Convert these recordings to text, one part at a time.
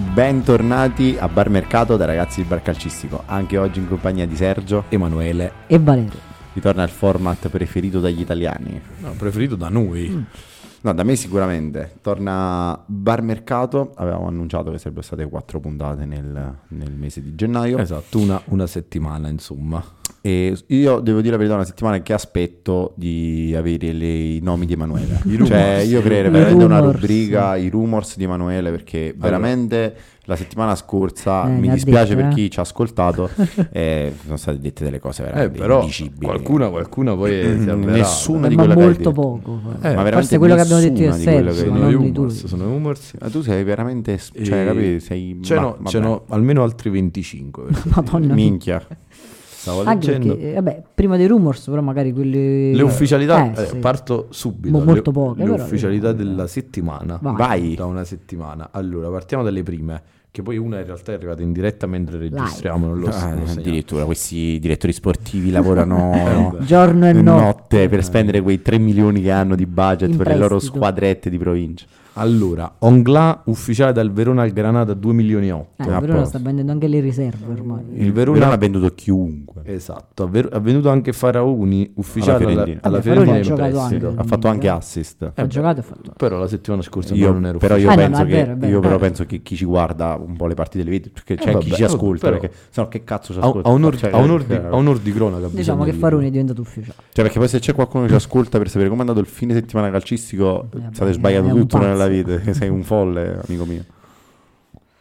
bentornati a Bar Mercato da ragazzi di Bar Calcistico, anche oggi in compagnia di Sergio, Emanuele, E Valerio. ritorna al format preferito dagli italiani, No, Ah, preferito da noi. Mm. no da me sicuramente, torna Bar Mercato, avevamo annunciato che sarebbero state quattro puntate nel, nel mese di gennaio Esatto, una, una settimana, insomma. e io devo dire la verità, è una settimana che aspetto di avere le- i nomi di Emanuele, I rumors. cioè io creerei I veramente una rumors. rubrica, i rumors di Emanuele perché veramente... La settimana scorsa Eh, mi ne ha dispiace detto, per eh. chi ci ha ascoltato, eh, sono state dette delle cose Eh, veramente però indicibili. qualcuna, qualcuna poi eh, si avverrà. Nessuno di ma quelle che hai molto detto. poco. Ma Eh, veramente forse quello che abbiamo detto io è nessuna di quelle Sergio, che- ma sono non di humors, lui. sono humors. Ma tu sei veramente. Cioè, E- capi? Sei. Ce ma- n'ho- vabbè. ce n'ho almeno altri 25. per così dire. Madonna. Minchia. Stavo Anche leggendo. perché, eh, vabbè, prima dei rumors, però magari quelli... Le ufficialità, Eh, eh, sì. parto subito. Mo- Le- molto poche, Le, però- eh. ufficialità della settimana. Vai. Vai. Da una settimana. Allora, partiamo dalle prime, che poi una in realtà è arrivata in diretta mentre registriamo. Non lo, Ah, non lo segnalo. addirittura questi direttori sportivi lavorano vabbè. Giorno e Eh, notte, notte. per spendere quei 3 milioni che hanno di budget Eh. In per le loro prestito. squadrette di provincia. Allora, Ongla ufficiale dal Verona al Granada 2 milioni e 8. Eh, Ah, però poi. sta vendendo anche le riserve ormai. Eh, Il Verona- ha venduto chiunque. Esatto, ha, ver- ha venuto anche Faraoni ufficiale alla, Fiorentina. alla Vabbè, Faraoni Fiorentina ha in giocato prestito. anche. Ha fatto anche assist. Ho giocato e ho fatto. Però la settimana scorsa Io- Eh, non ero però ufficiale. io, Ah, no, no, penso è che, vero, è vero. io però Eh. penso che chi ci guarda un po' le partite le vede, perché c'è chi Eh, vabbè, oh, ci ascolta, però- perché sennò che cazzo ci Ha un- ascolta? ha un Cioè, or- ha un or di- eh, ha un or di cronaca. Diciamo bisogna che dire. Faroni è diventato ufficiale. Cioè, perché poi se c'è qualcuno che ci ascolta per sapere come è andato il fine settimana calcistico, Eh, vabbè, state è sbagliando un tutto pazzo. nella vita. Sei un folle, amico mio.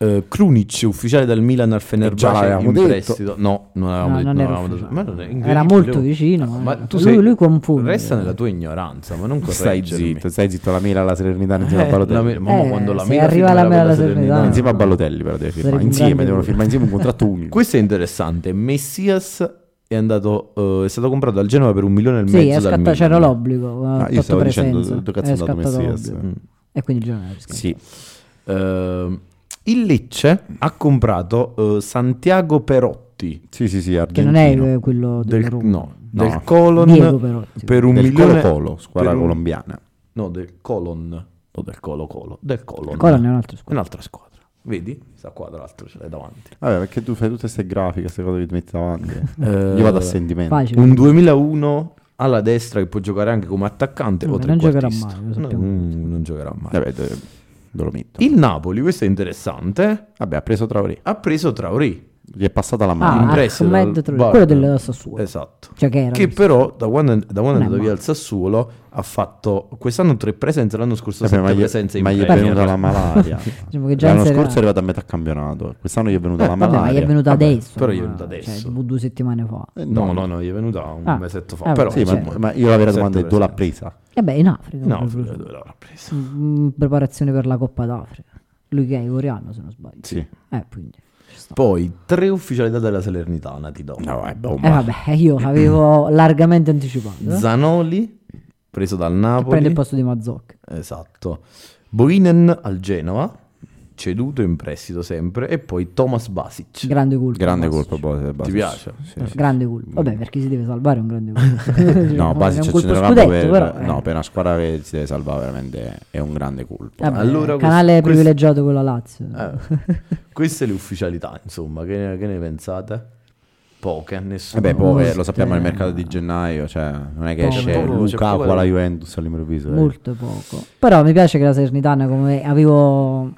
Eh, Krunic ufficiale dal Milan al Eh, già Fenerbahce l'avevamo in detto. prestito. No, non avevamo No, detto. non non era avevamo ufficiale. detto- Ma non è Era incredibile. Ah, molto vicino, ma- Ma tu lui- sei, lui confonde. Resta nella tua ignoranza, ma non Stai correggermi. zitto, diciamo, stai zitto. La mela alla Salernitana insieme a Eh, Balotelli. la me- mamma, Eh, quando la se mela arriva firmerà la mela quella alla Salernitana- Salernitana. Insieme a Balotelli, però deve firmare Sarebbe un insieme. grande Devono gol. firmare insieme un contratto unico. Questo è interessante. Messias è andato eh, è stato comprato dal Genova per un milione e Sì, è mezzo dal scattato, Milan. c'era l'obbligo. Ah, ha io fatto stavo dicendo presenza, dove cazzo è andato scattato Messias. l'obbligo. Mm. E quindi il giornale scatta. Sì, Ehm, il Lecce ha comprato eh, Santiago Perotti sì, sì, sì. Che Argentino. non è eh, quello del, del, Roma. no, del No. Colon Diego Perotti. per un del Colo milione Colo, squadra per un- colombiana. No, del Colon, no del Colo Colo, del Colon. Colon è un'altra squadra. Un'altra squadra. Vedi? Sta qua, tra l'altro, ce l'hai davanti. Vabbè, perché tu fai tutte queste grafiche, queste cose che ti metti davanti. Eh, Io vado a sentimento. Facile. Ah, Un 2001 alla destra che può giocare anche come attaccante o Vabbè, non giocherà trequartista. mai, lo No, sappiamo. mm, non giocherà mai. Vabbè, te- te lo metto. Il Napoli, questo è interessante, Vabbè, ha preso Traoré. ha preso Traoré. Gli è passata la Ah, mano. in prestito Ahmed dal Traoré, Bayern. quello del Sassuolo. Esatto. Cioè che era Che questo? però da quando, da quando Non è è andato via male. al Sassuolo ha fatto quest'anno tre presenze, l'anno scorso Vabbè, sette ma gli, presenze in ma gli è Premier. venuta la malaria. Diciamo che già in L'anno Serie A- Eh, scorso è arrivato a metà campionato. Quest'anno gli è venuta la Vabbè, malaria. ma gli è venuto Vabbè, adesso. però gli è ma- venuto adesso. Cioè, tipo due settimane fa. Eh, No, no, no, gli è venuta un Ah. mesetto fa. Ah, però, Sì, ma, Cioè- ma io la vera domanda è Sette dove l'ha presenze. presa? E beh, in Africa. No, proprio. dove l'avrà presa? in preparazione per la Coppa d'Africa. Lui che è coreano, se non sbaglio. Sì. Eh, quindi. ci sta. Poi tre ufficialità della Salernitana ti do. No, boh. è Eh bomba. vabbè, io avevo largamente anticipato. eh. Zanoli preso dal Napoli. Prende il posto di Mazzocchi. Esatto. Boinen al Genova, ceduto in prestito sempre e poi Thomas Basic. Grande colpo. Grande Basic. colpo. Bose, Basic. piace? Sì, sì. Eh, Grande colpo. Vabbè, per chi si deve salvare è un grande colpo. No, base Basic è un a colpo centrocampo scudetto, per, però. eh. no, per una squadra che si deve salvare veramente è un grande colpo. eh. Vabbè, Allora canale questo- privilegiato con la Lazio. Eh, queste le ufficialità, insomma, che ne, che ne pensate? Poche, nessuno. Vabbè, poi poi lo sappiamo nel mercato di gennaio, cioè non è che C'è esce poco- Eh. c'è Luca poco- alla Juventus all'improvviso. eh. Molto poco. Però mi piace che la Sernitana, come avevo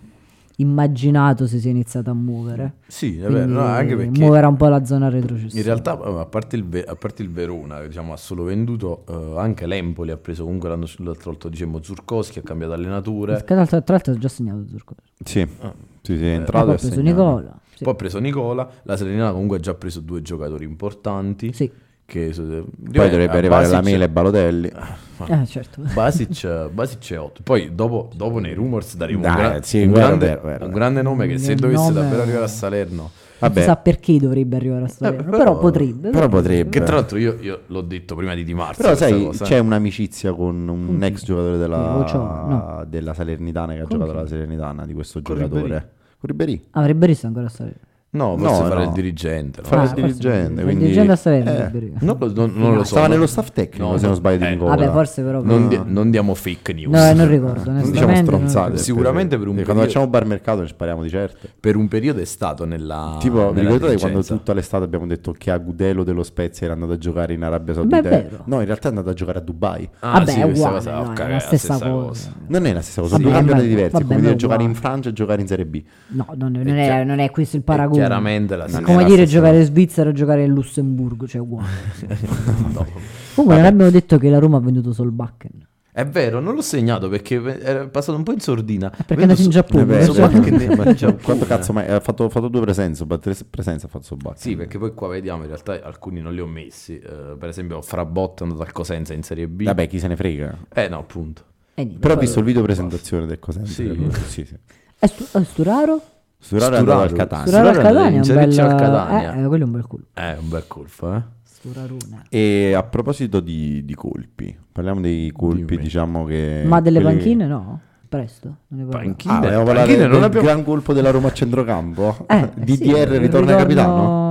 immaginato, si sia iniziata a muovere. Sì, è vero, Quindi no, anche perché muoverà un po' la zona retrocessiva. in realtà, eh, a parte il, Ve- a parte il Verona, che, diciamo, ha solo venduto, eh, anche l'Empoli ha preso comunque l'anno, s- l'altro volta, diciamo, Zurkowski, ha cambiato allenatore, Tra l'altro, tra l'altro ho già segnato Zurco. Sì. Ah. sì, sì, Eh, è Poi entrato e ho ha preso segnato. Nicola. Sì. poi ha preso Nicola, la Serenitana comunque ha già preso due giocatori importanti. Sì. Che, eh, diciamo, poi Poi dovrebbe arrivare la Mela e Balotelli. Ah. Eh, certo. Basic, Basic è 8. Poi dopo, dopo nei rumors daremo un, Dai, gra- sì, un vero, grande, vero, vero. un grande nome che se Il dovesse nome- davvero arrivare a Salerno. Non si sa Vabbè, perché dovrebbe arrivare a Salerno, Eh, però, però- potrebbe. però Che potrebbe. tra l'altro io, io l'ho detto prima di Di Marzio. Però questa sai, cioè, cosa, eh. c'è un'amicizia con un ex giocatore della, Lucio, no. della Salernitana che ha Con giocato chi? alla Salernitana, di questo Con giocatore. Con Ribéry. Avrebbe riso ancora a Salerno. No, forse No, fare no. il dirigente. no? Fare Ah, il forse- dirigente, il quindi- dirigente a Salerno, eh. Liberi. Non lo, non- non lo so. Stava non- nello staff tecnico, No, se non sbaglio, di eh, Nicola. Vabbè, forse però... Non, no, di- non diamo fake news. no, eh, non ricordo. Non diciamo onestamente, non- stronzate. Sicuramente per un Quando periodo- facciamo bar mercato ne spariamo di certe. Per un periodo è stato nella. tipo, vi Ah, nella ricordate quando dirigenza? tutta l'estate abbiamo detto che Agudelo dello Spezia era andato a giocare in Arabia Beh, è Saudita? vero. No, in realtà è andato a giocare a Dubai. Ah, Vabbè, sì, è questa uguale, cosa, dai, ok, è la stessa, cosa. Non è la stessa cosa, sono Vabbè, due campioni ma- diversi. vabbè, come ma dire è giocare in uguale. Francia e giocare in Serie B. No, non, non è, non è questo il paragone. Chiaramente la Ma stessa- come la dire stessa- giocare in Svizzera o giocare in Lussemburgo, cioè uguale. No. Comunque non abbiamo detto che la Roma ha venduto Solbakken. È vero, non l'ho segnato perché era passato un po' in sordina. Perché è andato in Giappone. eh, Vabbè, so cioè, qualche- ma- quanto cioè. cazzo mai ha fatto, ha fatto due presenze, ba- tre presenze ha fatto Sobacca. Sì, perché poi qua vediamo, in realtà alcuni non li ho messi. eh, per esempio, Frabot è andato al Cosenza in Serie B. Vabbè, chi se ne frega. Eh no, appunto. Eh, niente, Però ho poi- visto il video presentazione del Cosenza. Sì. Sì, sì. sì. Eh, Stu- eh, Sturaro? Ah, Sturaro è andato al Catania. Sturaro al Sturaro è Catania è un in bel... Serie C al Catania. Eh, eh, quello è un bel culo. Eh, un bel colpo, eh. Sturarone. E a proposito di, di colpi, parliamo dei colpi, Dimmi. diciamo che... Ma delle quelli- panchine no? Presto. Non ne parlo. Panchine? Ah, vogliamo Panchine parlare non del abbiamo- gran colpo della Roma a centrocampo? Eh, eh, sì, DDR il ritorna capitano?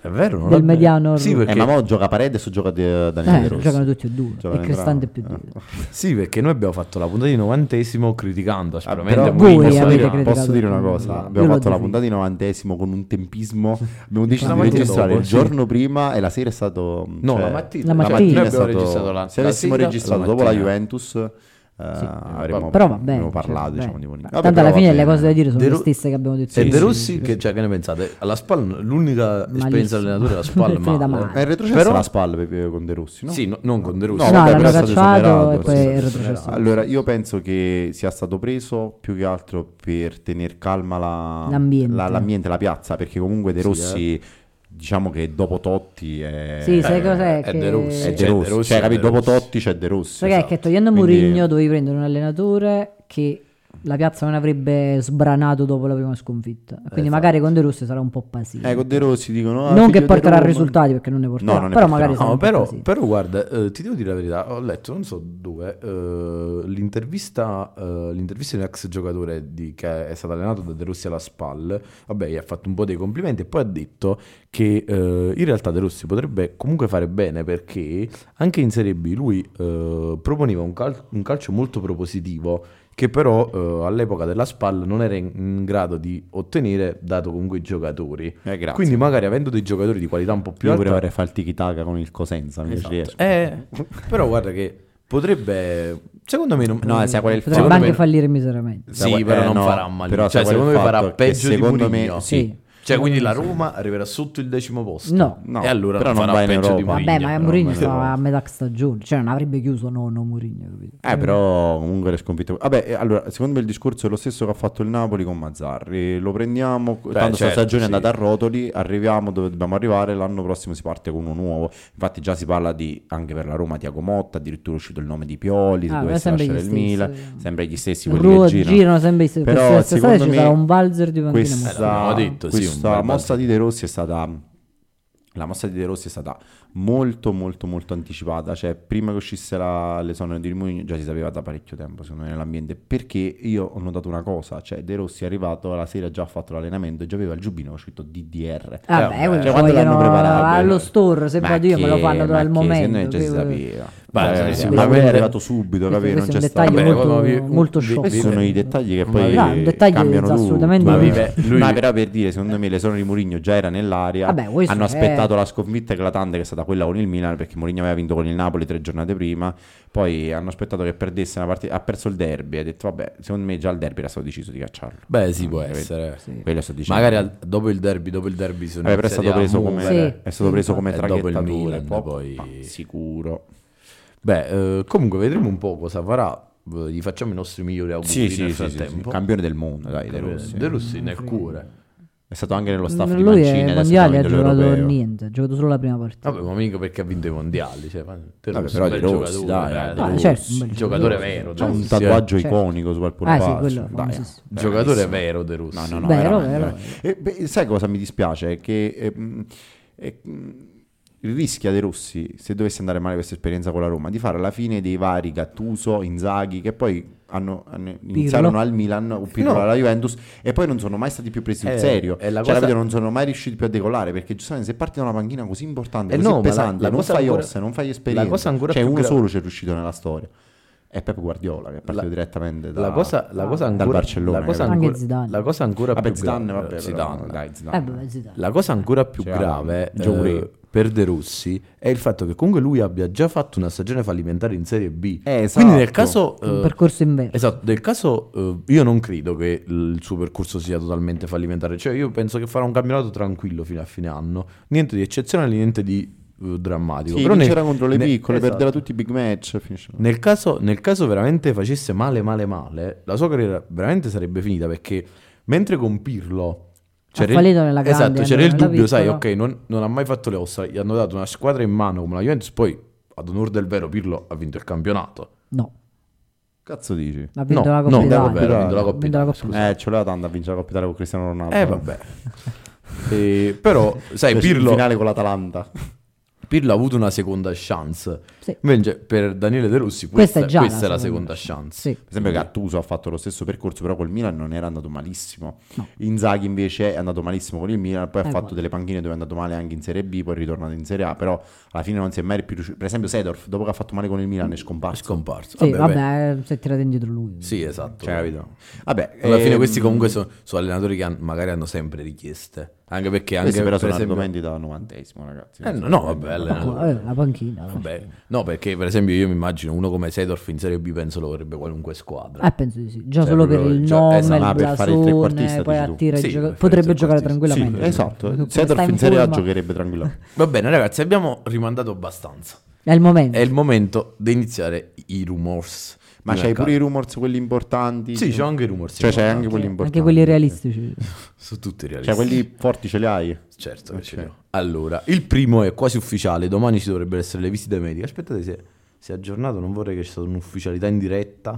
È vero, non Del l'abbiamo- mediano Sì, ormai. Eh, perché ma mo gioca Paredes o gioca De- Daniele Eh, Rossi? giocano tutti e due. Giocano Eh, e Cristante più entrambi. due. Sì, perché noi abbiamo fatto la puntata di novantesimo criticando Ah, sicuramente però voi Mourinho, posso, avete dire, Sarri, criticato posso dire una tutto. cosa Io abbiamo fatto l'ho la definito. puntata di novantesimo con un tempismo abbiamo deciso di mattina registrare dopo, il sì. giorno prima e la sera è stato No, cioè, la mattina. La mattina. La mattina è abbiamo stato- registrato la se avessimo la sigla, registrato la dopo la mattina. Juventus eh, Sì. avremmo, Però va bene. avremmo cioè, parlato bene. diciamo di Mourinho. Vabbè, Tanto alla però va fine le bene. cose da dire sono De le Ru- stesse che abbiamo detto. E ieri. De Rossi, che, cioè, che ne pensate? Alla Spal, l'unica esperienza Malissimo. allenatore della Spal, È finita ma... ma male. è retrocesso Però- la spalle per- con De Rossi no? Sì, no- non con De No, Rossi. No, vabbè, però l'hanno è stato esonerato, cacciato poi e è poi stato è retrocesso. Allora, io penso che sia stato preso più che altro per tenere calma la- L'ambiente. la, l'ambiente, la piazza, perché comunque De Sì, eh. Rossi, diciamo che dopo Totti è... Sì, sai cos'è? è che- De Rossi. È Cioè, De De Rossi, Rossi cioè, è capito? De Dopo Rossi. Totti c'è De Rossi. Perché esatto. che togliendo Quindi- Mourinho dovevi prendere un allenatore che la piazza non avrebbe sbranato dopo la prima sconfitta. Quindi Esatto. magari con De Rossi sarà un po' pasino. Eh, con De Rossi dicono... ah, non figlio che di porterà a Roma. risultati perché non ne porterà, No, non ne però porterà. magari sarà No, un po' però, pasino. però guarda, eh, ti devo dire la verità, ho letto, non so dove, eh, l'intervista, eh, l'intervista di un ex giocatore di- che è stato allenato da De Rossi alla SPAL, vabbè, gli ha fatto un po' dei complimenti e poi ha detto che eh, in realtà De Rossi potrebbe comunque fare bene perché anche in Serie B lui eh, proponeva un, cal- un calcio molto propositivo che però eh, all'epoca della SPAL non era in- in grado di ottenere dato comunque i giocatori. Eh, grazie. Quindi magari avendo dei giocatori di qualità un po' più Io vorrei alta fare il tiki-taka con il Cosenza, mi Esatto. piacerebbe. Eh, però guarda che potrebbe, secondo me, non, No, sai qual è il Potrebbe secondo anche me- fallire miseramente. Eh, Sì, però non farà male. eh, però sai qual Cioè, è secondo il me farà fatto? Che peggio di secondo me- Mourinho. sì. Sì. Cioè, quindi la Roma arriverà sotto il decimo posto. No. No, e allora però non non farà va in peggio di Europa. Mourinho. Vabbè, ma però, Mourinho ma- stava a metà stagione, cioè non avrebbe chiuso nono Mourinho, capito? Eh, però comunque le sconfitte. Vabbè, eh, allora, secondo me il discorso è lo stesso che ha fatto il Napoli con Mazzarri. Lo prendiamo. tanto sta certo, stagione è sì. andata a rotoli, arriviamo dove dobbiamo arrivare. L'anno prossimo si parte con uno nuovo. Infatti, già si parla di anche per la Roma Tiago Motta. Addirittura è uscito il nome di Pioli. Se Ah, ma dovesse sempre lasciare il gli Milan, stessi. sempre gli stessi quelli Ru- che girano. girano sempre i Però, però secondo stasera ci me, sarà un valzer di panchine questa, Eh, l'abbiamo detto, sì, un questa bel mossa di De Rossi è stata la mossa di De Rossi è stata molto molto molto anticipata cioè prima che uscisse la, l'esonero di Mourinho già si sapeva da parecchio tempo secondo me nell'ambiente perché io ho notato una cosa cioè De Rossi è arrivato la sera già ha fatto l'allenamento e già aveva il giubino con scritto DDR Ah, Eh, beh, vabbè, quello cioè, quando l'hanno vogliono preparato? allo store, se Ma vado io me lo che- fanno ma al che- momento. secondo me già si che- sapeva Ma- Cioè, sì, sì, ma sì. poi è arrivato subito Questo- capito non questo è c'è un stato dettaglio Vabbè, molto, vabbè, molto vi- sciocco. vi- sono i dettagli che poi no, un dettaglio cambiano assolutamente- tutto. Ma vive- lui- No, però per dire, secondo me l'esonero di Mourinho già era nell'aria. Vabbè, questo Hanno è- aspettato la sconfitta eclatante che è stata quella con il Milan perché Mourinho aveva vinto con il Napoli tre giornate prima. Poi hanno aspettato che perdesse una partita, ha perso il derby, ha detto vabbè, secondo me già il derby era stato deciso di cacciarlo. Beh, sì, può Vabbè, essere. eh. Sì. Quello sto dicendo. Magari al- dopo il derby, dopo il derby sono Vabbè, però è stato iniziati a preso come, muovere. Sì. è stato preso come Eh, dopo il traghettatore, Milan, po- poi- ma sicuro. Beh, eh, comunque vedremo un po' cosa farà. Eh, Gli facciamo i nostri migliori auguri Sì, nel sì, sì, sì, sì, frattempo. campione del mondo, dai, De Rossi. De Rossi nel cuore. È stato anche nello staff di Mm, lui Mancini, è adesso mondiale ha sta vincendo giocato l'Europeo. niente, ha giocato solo la prima partita. Vabbè, ma mica perché ha vinto i mondiali. Cioè, ma De Vabbè, Rossi però è un De bel Rossi, giocatore, dai, eh, De De Rossi. Rossi. Ah, certo, un bel giocatore giocatore. vero. C'ha un Rossi, eh. tatuaggio Certo. iconico sul Ah, sì, polpaccio. quello Dai, famosissimo. Giocatore vero De Rossi. No, no, no. Vero, veramente, vero. eh, veramente. E, beh, sai cosa mi dispiace? Che ehm, eh, mh, mm, rischia De Rossi, se dovesse andare male questa esperienza con la Roma, di fare la fine dei vari Gattuso, Inzaghi, che poi hanno, hanno- iniziarono al Milan o Pirlo No. alla Juventus e poi non sono mai stati più presi sul Eh, serio. è la Cioè, cosa- capito, non sono mai riusciti più a decollare perché giustamente se parti da una panchina così importante, Eh così no, ma la- pesante, la non cosa fai ancora- ossa, non fai esperienza. la cosa ancora cioè più uno gra- solo c'è riuscito nella storia. È Pep Guardiola che è partito La- direttamente da La cosa, la cosa dal ancora, Barcellona. la cosa capito? Anche ancora, Zidane. la cosa ancora Vabbè, più Zidane, grave- vabbè, però, Zidane. dai, Zidane. Eh, beh, Zidane. La cosa ancora più Cioè, grave Joe eh, Ray. per De Rossi è il fatto che comunque lui abbia già fatto una stagione fallimentare in Serie B. Eh, esatto. Quindi nel caso... Un eh, percorso inverso. Esatto, nel caso eh, io non credo che il suo percorso sia totalmente fallimentare, cioè io penso che farà un campionato tranquillo fino a fine anno, niente di eccezionale, niente di eh, drammatico. Sì, Però nel- vincerà contro le ne- piccole, esatto. perderà tutti i big match. e finisce là. Nel caso, nel caso veramente facesse male, male, male, la sua carriera veramente sarebbe finita perché mentre con Pirlo. C'era il, fallito nella grande, esatto, c'era allora, il nella dubbio, sai, ok, piccola. non, non ha mai fatto le ossa, gli hanno dato una squadra in mano come la Juventus, poi ad onor del vero Pirlo ha vinto il campionato. No, Cazzo dici? ha vinto No, la no, Coppa no, Italia. vabbè, ha vinto la Ha Coppa vinto la Italia, Coppa Eh, ce l'aveva tanto a vincere la Coppa Italia con Cristiano Ronaldo. Cioè, Eh vabbè. E, però, sai, Fece il Pirlo, Cioè, finale con l'Atalanta. Pirlo ha avuto una seconda chance. Sì. Invece per Daniele De Rossi Questa questa, è già questa la è la seconda. seconda chance. Sì. Per esempio Gattuso ha fatto lo stesso percorso, però col Milan non era andato malissimo. Inzaghi invece è andato malissimo con il Milan, poi ha Eh, fatto guarda. delle panchine dove è andato male anche in Serie B, poi è ritornato in Serie A, però alla fine non si è mai più riuscito. Per esempio Sedorf, dopo che ha fatto male con il Milan, è È scomparso. scomparso. Sì, Vabbè, beh. vabbè, eh, si è tirato indietro lui. Sì, esatto. Cioè, capito? Vabbè, Alla fine ehm, questi comunque sono, sono allenatori che han- magari hanno sempre richieste. Anche perché anche questi però sono esempio- argomenti da novantesimo, ragazzi. Eh, no, no, vabbè, Ma qua, allenatore. eh, la panchina. la Vabbè. No, perché per esempio io mi immagino uno come Sedorf in Serie B penso lo vorrebbe qualunque squadra. Eh, penso di sì. Già Cioè, solo per proprio il già- nome, esatto, ah, il per fare il trequartista, blasone, poi dici tu. attira il Sì, gioca- per fare potrebbe il giocare trequartista. Sì, tranquillamente. esatto. Come sta Sedorf in Serie A forma. giocherebbe tranquillamente. Va bene ragazzi, abbiamo rimandato abbastanza. È il momento. È il momento di iniziare i rumors. Ma di c'hai mercato. pure i rumors, quelli importanti? Sì, c'ho anche i rumors. Cioè, c'hai importanti. anche quelli importanti. Anche quelli realistici. Su tutti i realisti. Cioè, quelli forti ce li hai? Certo che ce Ok. li ho. Allora, il primo è quasi ufficiale. Domani ci dovrebbero essere le visite mediche. Aspettate se... Se è aggiornato non vorrei che ci sia un'ufficialità in diretta.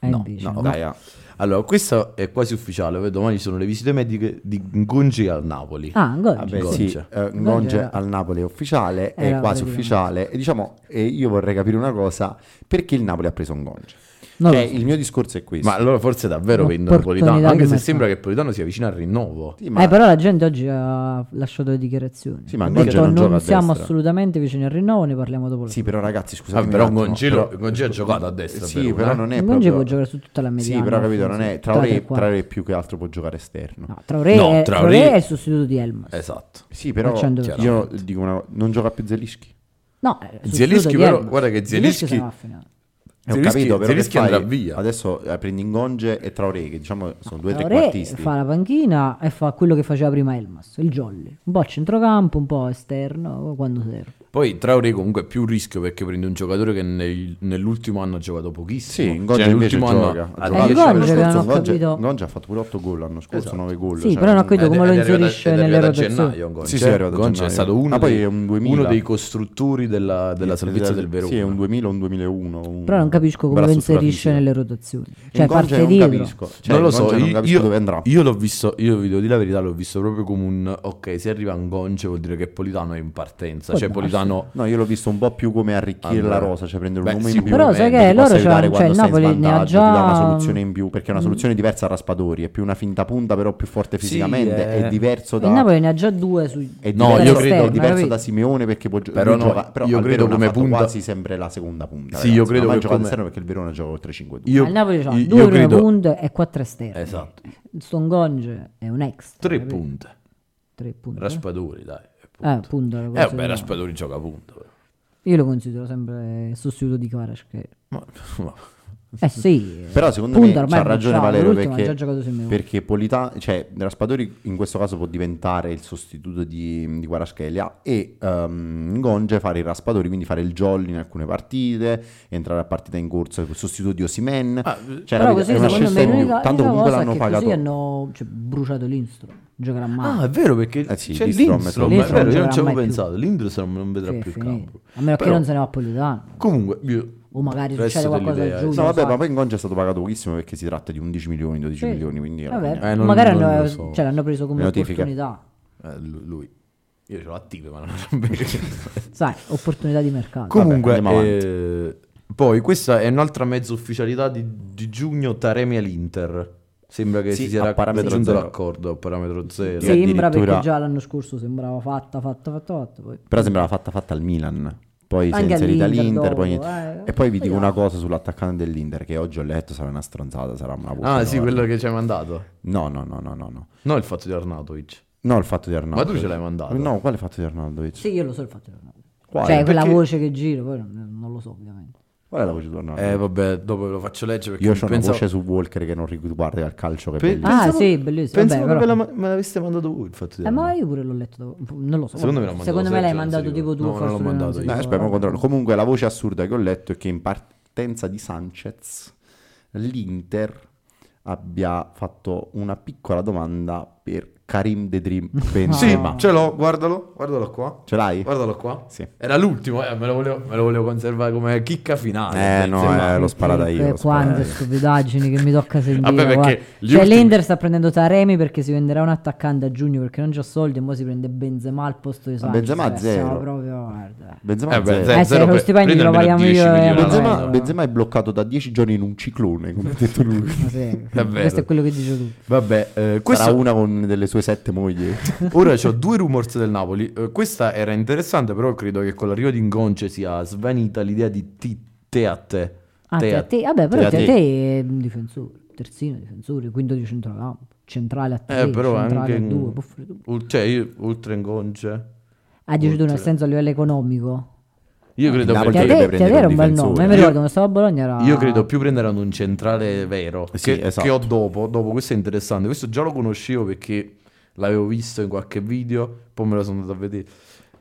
Eh, No, invece, no, no. Dai, ah. Allora, questo è quasi ufficiale. perché Domani ci sono le visite mediche di Ngonji al Napoli. Ah, ancora. Vabbè, Ngonge. sì, eh, Ngonge era- al Napoli è ufficiale, è era quasi praticamente- ufficiale. E diciamo, e io vorrei capire una cosa, perché il Napoli ha preso Ngonge? Non Cioè, lo so. il mio discorso è questo. Ma allora forse davvero vende Un'opportunità Napolitano. Anche di se mercato. sembra che Napolitano sia vicino al rinnovo. Ah, Sì, ma- Eh, però la gente oggi ha lasciato le dichiarazioni. Sì, ma ha Ngonge detto non non, gioca a siamo destra." assolutamente vicini al rinnovo, ne parliamo dopo. la- Sì, però ragazzi, Vabbè, scusate. però Ngonge lo- Ngonge ha giocato a destra Sì, per però una, eh. non è Ngonge proprio... può giocare su tutta la mediana. Sì, però capito, non è... Traoré, Tra Traoré più che altro può giocare esterno. no, Traoré, No, è, Traoré- Traoré è il sostituto di Elmas. Esatto. Sì, però Facendo- io dico una cosa, non gioca più Zelischi. No, è il sostituto Zielinski di però- Elmas. guarda che Zielinski- se ne va a finale. Eh, ho Zelinski- capito, però Zelinski che fai? andrà via. Adesso eh, prendi Ngonge e Traoré, che diciamo sono due Traoré trequartisti. fa la panchina e fa quello che faceva prima Elmas, il jolly, un po' a centrocampo, un po' esterno, quando serve. Poi Traoré comunque è più un rischio perché prende un giocatore che nel- nell'ultimo anno ha giocato pochissimo. Sì, Ngonge Cioè, invece nell'ultimo anno gioca. ha Ha Eh, giocato- giocato. Ngonge, L'anno che scorso non ho capito. Ngonge ha fatto pure 8 gol l'anno scorso, Esatto. 9 gol. Sì, cioè, però non ho capito Ed- come lo ed è arrivato- inserisce ed è nelle arrivato a rotazioni. gennaio, Ngonge. Sì, sì, è arrivato a Ngonge è gennaio. stato uno, Ah, poi dei, è un 2000. uno dei costruttori della, della salvezza del Verona. Sì, è un 2000 o un 2001. un- Però non capisco come lo brasso inserisce sulla fisica. nelle rotazioni. Cioè Ngonge parte non dietro. capisco. Cioè, Ngonge non capisco dove andrà. io l'ho visto, io vi devo dire la verità, l'ho visto proprio come un ok, se arriva un gonce vuol dire che Politano è in partenza, Può cioè darsi. Politano No, io l'ho visto un po' più come arricchire la Allora. rosa, cioè prendere Beh, un uomo in più. sicuramente. Però sai che ti possa loro aiutare c'ha- quando cioè, il stai in Napoli ne ha svantaggio, ti dà una già- soluzione in più, perché è una soluzione diversa a Raspadori, è più una finta punta, però più forte Sì, fisicamente, eh. è diverso da Il Napoli ne ha già due sui È No, diverso, io è credo- esterno, diverso capito? da Simeone perché può gio- Però lui no, gioca- però io al credo Verona come ha fatto punta- quasi sempre la seconda punta. Sì, io ragazzi, credo non ha che giocato come- esterno perché il Verona gioca col 3-5-2. io, Al Napoli c'ha io- due io prime credo punte e quattro esterne. Esatto. Stongonge è un extra. tre capito? punte. Tre punte. Raspadori, dai. è punto. eh, punto, lo Eh, vabbè, considero- Raspadori gioca a punto. però. Io lo considero sempre il sostituto di Kvaratskhelia. Ma, ma- Eh sì. eh, Però secondo punto, me ormai c'ha ragione bocciato, Valerio l'ultimo ha già perché, giocato Simeone. perché Polita, cioè Raspadori in questo caso può diventare il sostituto di, di Guaraschelia e ehm, Ngonge fare il Raspadori, quindi fare il jolly in alcune partite, entrare a partita in corso il sostituto di Osimen. Ah, cioè, Però capito, così è una secondo scelta me in più. l'unica, Tanto l'unica comunque cosa è l'hanno che pagato. così hanno cioè, bruciato l'Instrom. Giocherà male. Ah, è vero perché Eh sì, c'è Lindstrom è Lindstrom, stato- è vero, io non ci Lindstrom non avevo giocherà mai più. pensato. Lindstrom non vedrà Cioè, è più il finito. campo. A meno che Però- non se ne va Politano. Comunque, io- O magari resto succede qualcosa dell'idea- giù. No, lo vabbè, so. ma poi Ngonge è stato pagato pochissimo perché si tratta di 11 milioni, 12 Esatto. Sì. milioni, quindi alla Vabbè, fine- Eh, non- magari non hanno- lo so. cioè, l'hanno preso come Le notifiche. opportunità. Eh, lu- lui. Io ce l'ho attive, ma non lo vedo. Sai, opportunità di mercato. Comunque, andiamo avanti. eh, poi questa è un'altra mezza ufficialità di, di giugno Taremi all'Inter. Sembra che Sì, si a sia parametro raggiunto zero. l'accordo a parametro zero. Sì. Sembra addirittura- perché già l'anno scorso sembrava fatta, fatta, fatta, fatta. Poi. Però sembrava fatta fatta al Milan. Poi si è Anche inserita all'Inter all'Inter. dopo, poi niente. eh. E poi vi dico una Vediamo. cosa sull'attaccante dell'Inter che oggi ho letto sarà una stronzata, sarà una Ah, puttana, sì, guarda. quello che ci hai mandato. No, no, no, no, no, no. No, il fatto di Arnautovic. No, il fatto di Arnaldo. Ma tu ce l'hai mandato? No, quale fatto di Arnaldo? Sì, io lo so il fatto. che non- Quale? Cioè, quella Perché- voce che giro, poi non, non lo so ovviamente. Qual è la voce di Arnaldo? Eh, vabbè, dopo ve lo faccio leggere perché Io ho una pensavo- voce su Walker che non riguarda il calcio che è Pe- bellissimo. Ah, sì, bellissimo, Pensavo vabbè, che però- ve la- me l'aveste mandato voi il fatto di Eh, ma Arnautovic. io pure l'ho letto, dopo- non lo so. Secondo me l'ha mandato Secondo me l'hai Sergio, non mandato si tipo tu. ricorda. No, non l'ho forse mandato si io. Eh, No, ricorda. aspetta, ma controllo. Eh, Comunque la voce assurda che ho letto è che in partenza di Sanchez l'Inter abbia fatto una piccola domanda per Karim The Dream Sì, cioè- Benzema. ce l'ho, guardalo, guardalo qua. Ce l'hai? Guardalo qua. Sì. Era l'ultimo, eh, me, lo volevo, me lo volevo conservare come chicca finale. Eh, no, Benzema. eh, l'ho sparata io. Eh, l'ho sparata quante io. stupidaggini che mi tocca sentire. Vabbè, perché guarda. gli Cioè, ultimi- l'Inter sta prendendo Taremi perché si venderà un attaccante a giugno perché non c'ha soldi e poi si prende Benzema al posto di Sanchez. Benzema Eh, zero. siamo proprio, guarda. Benzema, Eh, beh, zero. zero. Eh, se con per- stipendi prendere lo almeno paghiamo io 10 e milioni la all'anno. Benzema- prendo. Benzema è bloccato da 10 giorni in un ciclone, come ha detto lui. Ma sì, Davvero. questo è quello che dici tu. Vabbè, eh, Sarà questo... una con delle sue sette mogli. Ora ho due rumors del Napoli. Eh, questa era interessante, però credo che con l'arrivo di Ingonce sia svanita l'idea di ti- Teate. Ah, te, Teate. te, vabbè, però Teate. te, te è un difensore, terzino difensore, quinto di centrocampo, centrale a 3, Eh, però centrale anche a 2, in... ul- cioè, io, oltre Ingonce. Ah, dici tu nel Oltre. senso a livello economico? Io credo Napoli perché- Teate, dovrebbe prendere Teate era un un bel difensore. nome, mi Io- ricordo quando stavo a Bologna era... Io credo più prenderanno un centrale vero Sì, che, esatto. che ho dopo. Dopo questo è interessante. Questo già lo conoscevo perché l'avevo visto in qualche video, poi me lo sono andato a vedere.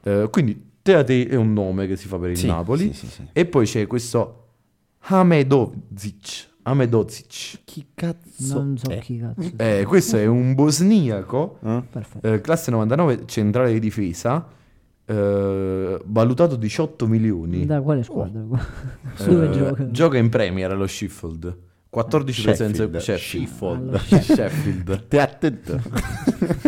Eh, quindi Teate è un nome che si fa per il Sì, Napoli. sì, sì, sì. E poi c'è questo Hamedozic. Hamedozic. Chi cazzo? Non so è? chi cazzo. Eh, questo è un bosniaco, Eh? Perfetto. eh, classe 99, centrale di difesa, eh, valutato 18 milioni. Da quale squadra? Dove Eh, gioca? in Premier allo Sheffield. 14 Sheffield. presenze Sheffield. Allo Sheffield. Te attento.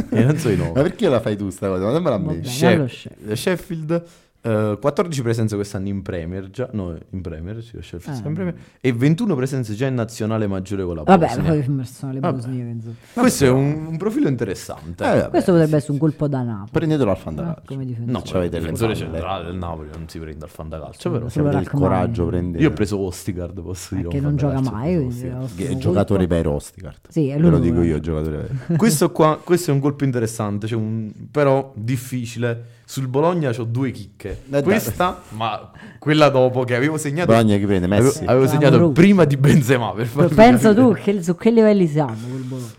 e non so i Ma nomi. perché la fai tu sta cosa? Ma sembra a me. Vabbè. She- allo Sheffield. Sheffield. eh, 14 presenze quest'anno in Premier, già, no, in Premier, sì, lo Sheffield Ah. sta in Premier, e 21 presenze già in nazionale maggiore con la Vabbè, Bosnia. poi sono le Vabbè. bosniache, insomma. Questo è un, un profilo interessante. Eh, vabbè. Questo potrebbe essere un colpo da Napoli. Prendetelo al eh, fantacalcio. Come difensore. no, ci avete il difensore le palle. Mm, centrale del Napoli non si prende al fantacalcio, però. Se avete il Raccomando. coraggio prendete. Io ho preso Ostigard, posso dire. Perché un non gioca fantacalcio, mai, ho preso quindi Ostergaard. è ottimo È giocatore colpo. per Ostigard. Sì, è eh. Ve lo l'unico dico che- io, giocatore per questo qua questo è un colpo interessante cioè un- però difficile sul Bologna ho due chicche Eh, dai. questa ma quella dopo che avevo segnato Bologna eh, chi prende? avevo, Messi. avevo segnato Amoroso. prima di Benzema per farvi Pensa tu capire. che- su che livelli siamo col Bologna.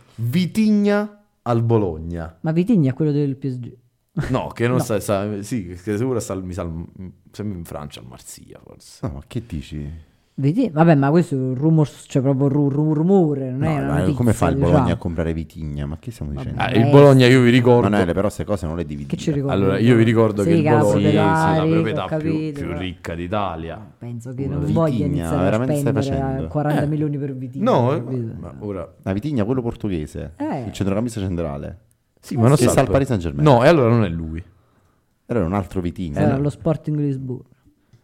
Vitigna al Bologna Ma Vitigna è quello del PSG. no che non sa, sa- sì che sicuro sta al- mi sa al- sembra in Francia al Marsiglia forse No, ma che dici? Vitigna- Vabbè, ma questo è un rumor, cioè proprio ru- ru- rumore, non No, è ma una notizia, come fa il diciamo. Bologna a comprare Vitigna? Ma che stiamo dicendo? Ah, Vabbè. il Bologna io vi ricordo Manuele, però queste cose non le dividi. Che ci ricorda? allora io vi ricordo Sì, che il che ha la Bologna proprietà è la ricca, proprietà ho più, capito, più però. ricca d'Italia Penso che Una non voglia Vitigna, iniziare a veramente stai spendere facendo? eh, 40 Eh. milioni per Vitigna. no eh, capito? ma ora La Vitigna, quello portoghese, Eh. il centrocampista centrale. sì, ma non Che sta al salpa. Paris Saint-Germain. no e allora non è lui Era un altro Vitigna. eh. Era Eh, lo Sporting Lisboa.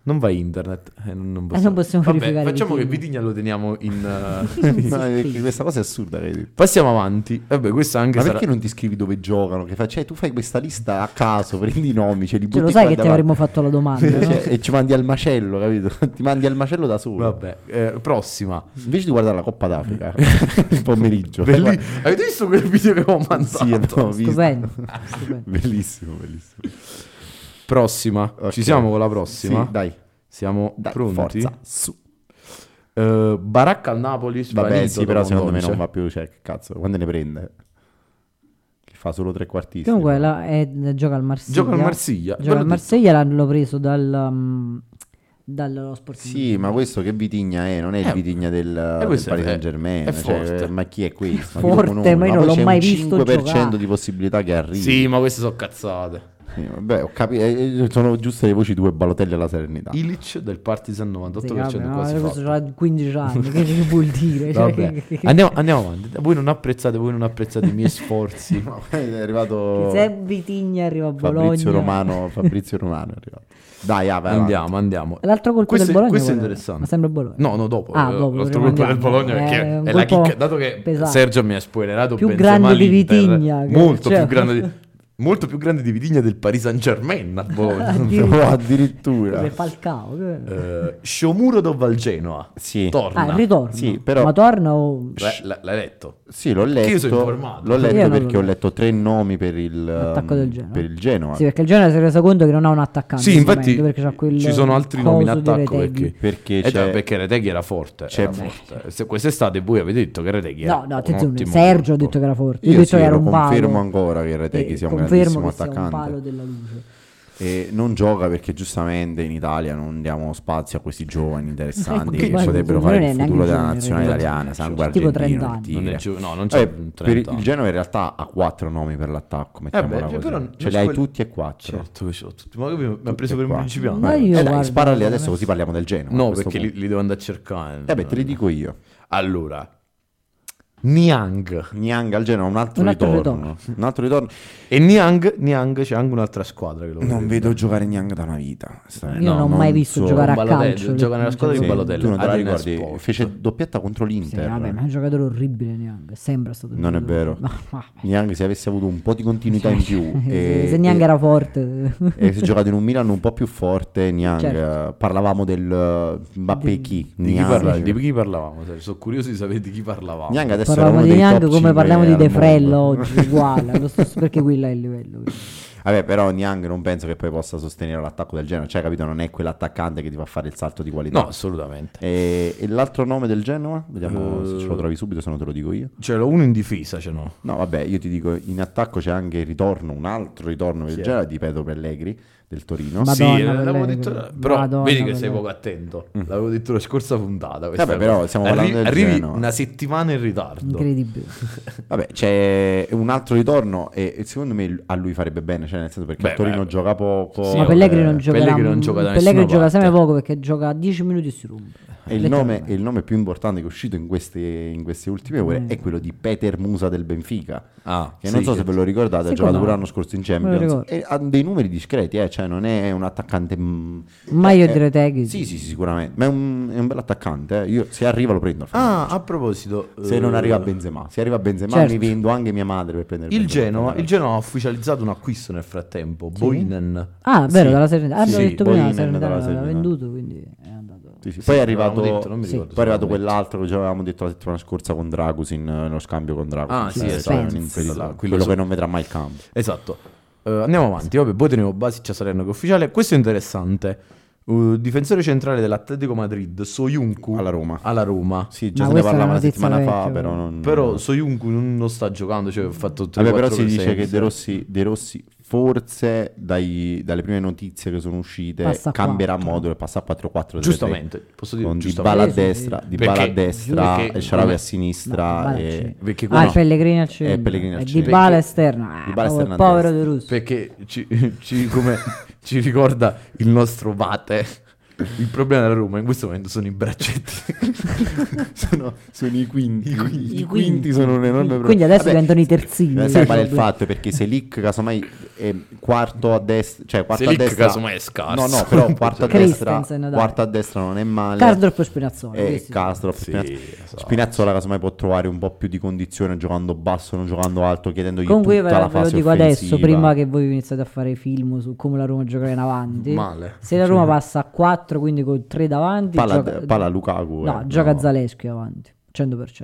Non va internet, eh, non, non Eh, possiamo. non possiamo Vabbè, verificare facciamo che Vitigna. Vitigna lo teniamo in... eh, No, Sì, eh, sì. questa cosa è assurda che hai detto. Passiamo avanti. Vabbè, questa anche Ma sarà... perché non ti scrivi dove giocano? Che fa- cioè, tu fai questa lista a caso, prendi i nomi, ce li butti Cioè, lo qua sai che ti davanti. avremmo fatto la domanda, no? Cioè, e ci mandi al macello, capito? Ti mandi al macello da solo. Vabbè, eh, prossima. Invece di guardare la Coppa d'Africa il pomeriggio. Belli- Avete visto quel video che ho mandato? Cioè, Sì, l'ho visto. Stupendo. Ah, stupendo. Bellissimo, bellissimo. Prossima. Ci Ok. siamo con la prossima. Sì, dai, Siamo dai, pronti. forza, su. Eh, Baracca al Napoli. Vabbè, svanito sì, però dopo secondo me non Monce. va più, cioè, che cazzo, quando ne prende? Che fa solo tre quartisti. Comunque la- è- gioca al Marsiglia. Gioca al Marsiglia. Gioca al Però- Marsiglia, l'hanno preso dal, um, dallo Sporting. Sì, ma questo che vitigna è? Non è il Eh, vitigna del, del Paris questo è- Saint Germain. è cioè, forte. ma chi è questo? Forte, Tipo con uno. ma io non poi l'ho c'è mai un visto 5% giocare. di possibilità che arrivi. Sì, ma queste sono cazzate. Sì, vabbè, ho capito. eh, eh, Sono giuste le voci due balotelle alla serenità. Ilic del Partizan 98% Sì, vabbè, no, quasi questo fatto. c'ha 15 anni, che che vuol dire? Cioè, Vabbè. che- che- Andiamo, andiamo avanti. Voi non apprezzate, voi non apprezzate i miei sforzi. No, è che arrivato se Vitigna arriva a Bologna. Fabrizio Romano. Fabrizio Romano è arrivato. Dai, ah, vai avanti. Andiamo, andiamo. L'altro colpo Questo è- del Bologna. questo è qual era? interessante. Ma sembra Bologna. No, no, dopo. Ah, eh, dopo, L'altro prima colpo del andiamo. Bologna perché Eh, un è la colpo chicca. Dato che pesante. Sergio mi ha spoilerato Più Benzema grande di all'Inter, Vitigna, che- Molto cioè- più grande di Molto più grande di Vitigna del Paris Saint Germain a Bologna. Addirittura. No, addirittura. Cos'è, Falcao. che- Eh, Shomuro al Genoa. Sì. Ah, Torna. il ritorno. Sì, però- Ma torna o... L'ha- l'ha- l'hai letto? Sì, l'ho letto. io sono informato. L'ho letto Io non l'ho perché ho letto. letto tre nomi per il, L'attacco ehm, del Genoa. Per il Genoa. Sì, perché il Genoa si è reso conto che non ha un attaccante. Sì, infatti sicuramente, Ah, perché c'ha quel ci sono altri nomi in coso di attacco Retegui. perché, Perché Eh già, c'è- perché Reteghi era forte, c'è- era forte. Se quest'estate voi avete detto che Reteghi era No, no, attenzione. ottimo Sergio ha colpo. detto che era forte. Io ho Io detto sì, che era lo un palo. confermo ancora che Reteghi Eh, sia un confermo grandissimo che sia un palo attaccante. della luce. E non gioca perché giustamente in Italia non diamo spazio a questi giovani interessanti Ecco, che guarda, potrebbero non fare è il neanche futuro della giovane, nazionale ragazzi. italiana, sangue Tipo argentino, 30 il anni. tigre. Non è giu- no, non c'è Eh, un per il 30. il Genoa in realtà ha quattro nomi per l'attacco, mettiamola cioè, così. però- Ce li ma hai quel- tutti e quattro. Certo che ce l'ho tutti, ma che mi mi ha Tutti preso e per un quattro. principiante. Ma io- Eh dai, guarda, sparali guarda, adesso così parliamo del Genoa. a No, questo perché li, punto. li devo andare a cercare. Eh beh, te li dico io. Allora, Niang. Niang al Genoa, un altro, Un altro ritorno. Un altro ritorno. E Niang, Niang c'è anche un'altra squadra che lo Non vede. vedo giocare Niang da una vita. Io non ho mai visto giocare a Balotelli, calcio. gioca nella le- squadra di Sì. Balotelli. Tu non te la Arena ricordi? Sport. Fece doppietta contro Sì, l'Inter. vabbè, ma è un giocatore orribile neanche. Sembra stato. un ecco. Non è giocatore- vero. Ma, ma- Niang se avesse avuto un po' di continuità in più eh, e, se neanche era forte. e- e se giocato in un Milan un po' più forte Niang Certo. eh, parlavamo del eh, Mbappé Di- chi Di chi, Niang. parla- di chi parlavamo? Sergio? Sono curioso di sapere di chi parlavamo. Niang adesso era Parliamo uno di dei neanche top come cinque parliamo di al De Frello mondo. oggi, uguale, lo stesso, perché quello è il livello. Esatto. Vabbè, però Niang non penso che poi possa sostenere l'attacco del Genoa, cioè capito, non è quell'attaccante che ti fa fare il salto di qualità. No, assolutamente. E, e l'altro nome del Genoa? Vediamo se Eh. ce lo trovi subito, se no te lo dico io. C'era uno in difesa, cioè no. No, vabbè, io ti dico, in attacco c'è anche il ritorno, un altro ritorno del Chi è? Genoa di Pedro Pellegri del Torino. Ma- sì, eh, Madonna, l'avevo Pellegrini. detto, però Madonna, vedi che sei Pellegrini. poco attento. L'avevo detto la scorsa puntata. questa Mm. Vabbè, cosa. però stiamo parlando del arrivi Genoa. una settimana in ritardo. Incredibile. Vabbè, c'è un altro ritorno e, e secondo me a lui farebbe bene, cioè nel senso perché Beh, il Torino beh. gioca poco. Sì, Ma vabbè, Pellegrini non giocherà. Pellegrini non gioca da Pellegrini nessuna gioca sempre parte. poco perché gioca 10 minuti e si rompe. E Eh, il nome, e il nome più importante che è uscito in queste, in queste ultime ore Mm. è quello di Peter Musa del Benfica. Ah, Che non sì, so se ve lo ricordate, ha Sì, giocato come pure no. l'anno scorso in Me lo Champions. ricordo. E ha dei numeri discreti, eh, cioè non è un attaccante. mm, Ma io eh, direi Teghi. Sì, sì, sì, sicuramente. Ma è un, è un bel attaccante. eh. Io, se arriva lo prendo. al fine. Ah, a proposito, se eh, non arriva Benzema, se arriva Benzema Certo. mi vendo anche mia madre per prendere il Benzema. Genoa, il Genoa ha ufficializzato un acquisto nel frattempo. Boinen. Ah, è vero, Sì. dalla Serenità. Ah, Sì, l'ho sì, detto prima, la Boinen Serenità dalla l'aveva Serenità. venduto, quindi è andato. Sì, sì. Poi è arrivato, l'avevamo detto, non mi sì. ricordo Poi è arrivato se l'avevamo quell'altro che già avevamo detto la settimana scorsa con Dragusin, eh, lo scambio con Dragusin. Ah, sì, Cioè, esatto. un Sì, incredibile. là, quello quello so- che non vedrà mai il campo. Esatto. Eh, andiamo avanti. Vabbè, poi teniamo Basic a Salerno che è ufficiale. Questo è interessante. Uh, difensore centrale dell'Atletico Madrid, Soyuncu Alla Roma. alla Roma. Sì, Ma già se ne questa è parlava una una notizia settimana fa, vecchia, però però. non... Ah. Però Soyuncu non, non sta giocando, cioè ha fatto tre, Vabbè, però quattro si dice presenze. che De Rossi, De Rossi forse dai- dalle prime notizie che sono uscite Passa a cambierà quattro. modulo e passa a 4-4. Giustamente, posso dire Con Dybala a giustamente. Sì, sì, destra, sì. Dybala a Perché- destra, perché- e Sharawi a No, sinistra Dybala e... c'è. Perché, Ah, no, il Pellegrini al Eh, Pellegrini centro. al E Di centro. Bala esterna. Dybala esterno a Povero destra. De Russo. perché ci, ci- come ci ricorda il nostro Vate, il problema della Roma in questo momento sono i braccetti. sono, sono i quinti. I quinti, I quinti. sono un enorme problema. Quindi adesso Vabbè, diventano i terzini. Adesso Sì. vale il fatto perché se Lick casomai è quarto a destra, cioè quarto Selic a destra, casomai è scarso. No, no, però quarto a destra, Cioè, Christensen, dai. quarto a destra non è male. Cardorp e Spinazzola. e questi sì. Castro Sì, esatto. Spinazzola casomai può trovare un po' più di condizione giocando basso, non giocando alto, chiedendogli Comunque io tutta ve la ve lo fase dico adesso, offensiva. prima che voi iniziate a fare film su come la Roma giocherà in avanti. Male. Se la Roma passa a 4, quindi con 3 davanti, pala, gioca, pala Lukaku, no, eh, gioca Zaleschi avanti, 100%.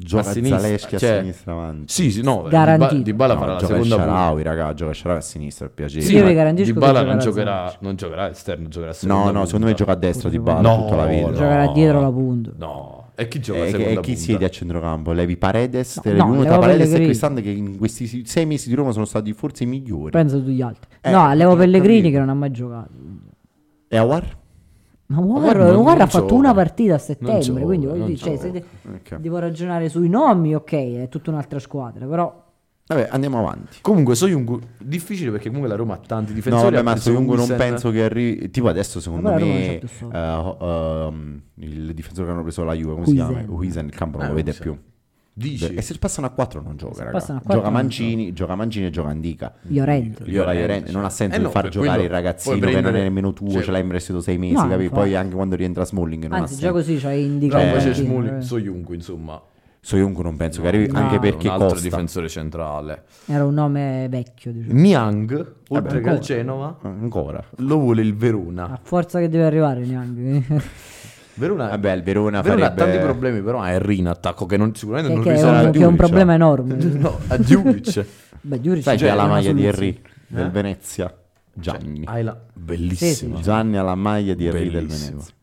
Gioca A sinistra, Zaleschi a cioè- sinistra avanti. Sì, sì, no, Garantito. Di Bala No, farà la gioca seconda punta. Sharawi, raga, gioca Sharawi a sinistra, per piacere. Sì, Io ma vi garantisco Dybala che non giocherà giocherà, Zanic. non giocherà esterno, giocherà seconda No, no, punta. secondo me gioca a destra di Bala No, tutta la vita. Giocherà No. dietro la punta. No, e chi gioca E, seconda e Eh, chi punta? siede a centrocampo? Levi Paredes, No, te- no, l'unica Leao Paredes e Pellegrini. Cristante che in questi si- sei mesi di Roma sono stati forse i migliori. Penso sugli altri. Eh, no, Levo ho Pellegrini capito. che non ha mai giocato. E Awar? Ma guarda, guarda, non- guarda, ha non fatto gioca. una partita a Non settembre, gioca, Eh, quindi voglio non dire, cioè, gioca. se de- devo ragionare sui nomi, ok, è tutta un'altra squadra, però Vabbè, andiamo avanti. Comunque Soyuncu difficile perché comunque la Roma ha tanti No, difensori. vabbè, ha ma preso Soyuncu non Olsen. penso che arrivi. Tipo adesso, secondo Vabbè, la Roma non c'ha me, più so. eh, ho- ehm, il difensore che hanno preso la Juve, come si Huijsen. chiama? Huisen, il campo non Ah, lo vede non so. più. Dici? E se passano a 4 non gioca, raga. passano a quattro Gioca non Mancini, gioca Mancini e gioca Andica. Mm, Llorente. Allora, Llorente, non ha senso Eh il far giocare il ragazzino che non è nemmeno tuo, cioè, ce l'hai investito sei mesi, No, capi? infatti. Poi anche quando rientra Smalling non Anzi, ha senso. già così c'hai No, indicato. Cioè, poi c'è eh. Smul- Soyuncu, insomma. Soyuncu non penso che arrivi, No. anche perché Ah, un altro costa. difensore centrale. Era un nome vecchio, diciamo. Eh Niang, oltre che ancora. al Genova, Ancora. lo vuole il Verona. Ah. A forza che deve arrivare neanche. Verona, Vabbè, il Eh Verona, Verona ha farebbe... tanti problemi, però ha Henry in attacco che non- sicuramente che, non che è un, risolve. cioè. Djuric, che è un eh. problema enorme. No, a Cioè, Djuric. Beh, Djuric Sai è che Cioè, ha la una maglia di soluzione. Henry Eh? del Venezia? Gianni. Hai la- Bellissima. Sì, Gianni ha la maglia di Henry del Ah, Bellissimo. Venezia. Sì.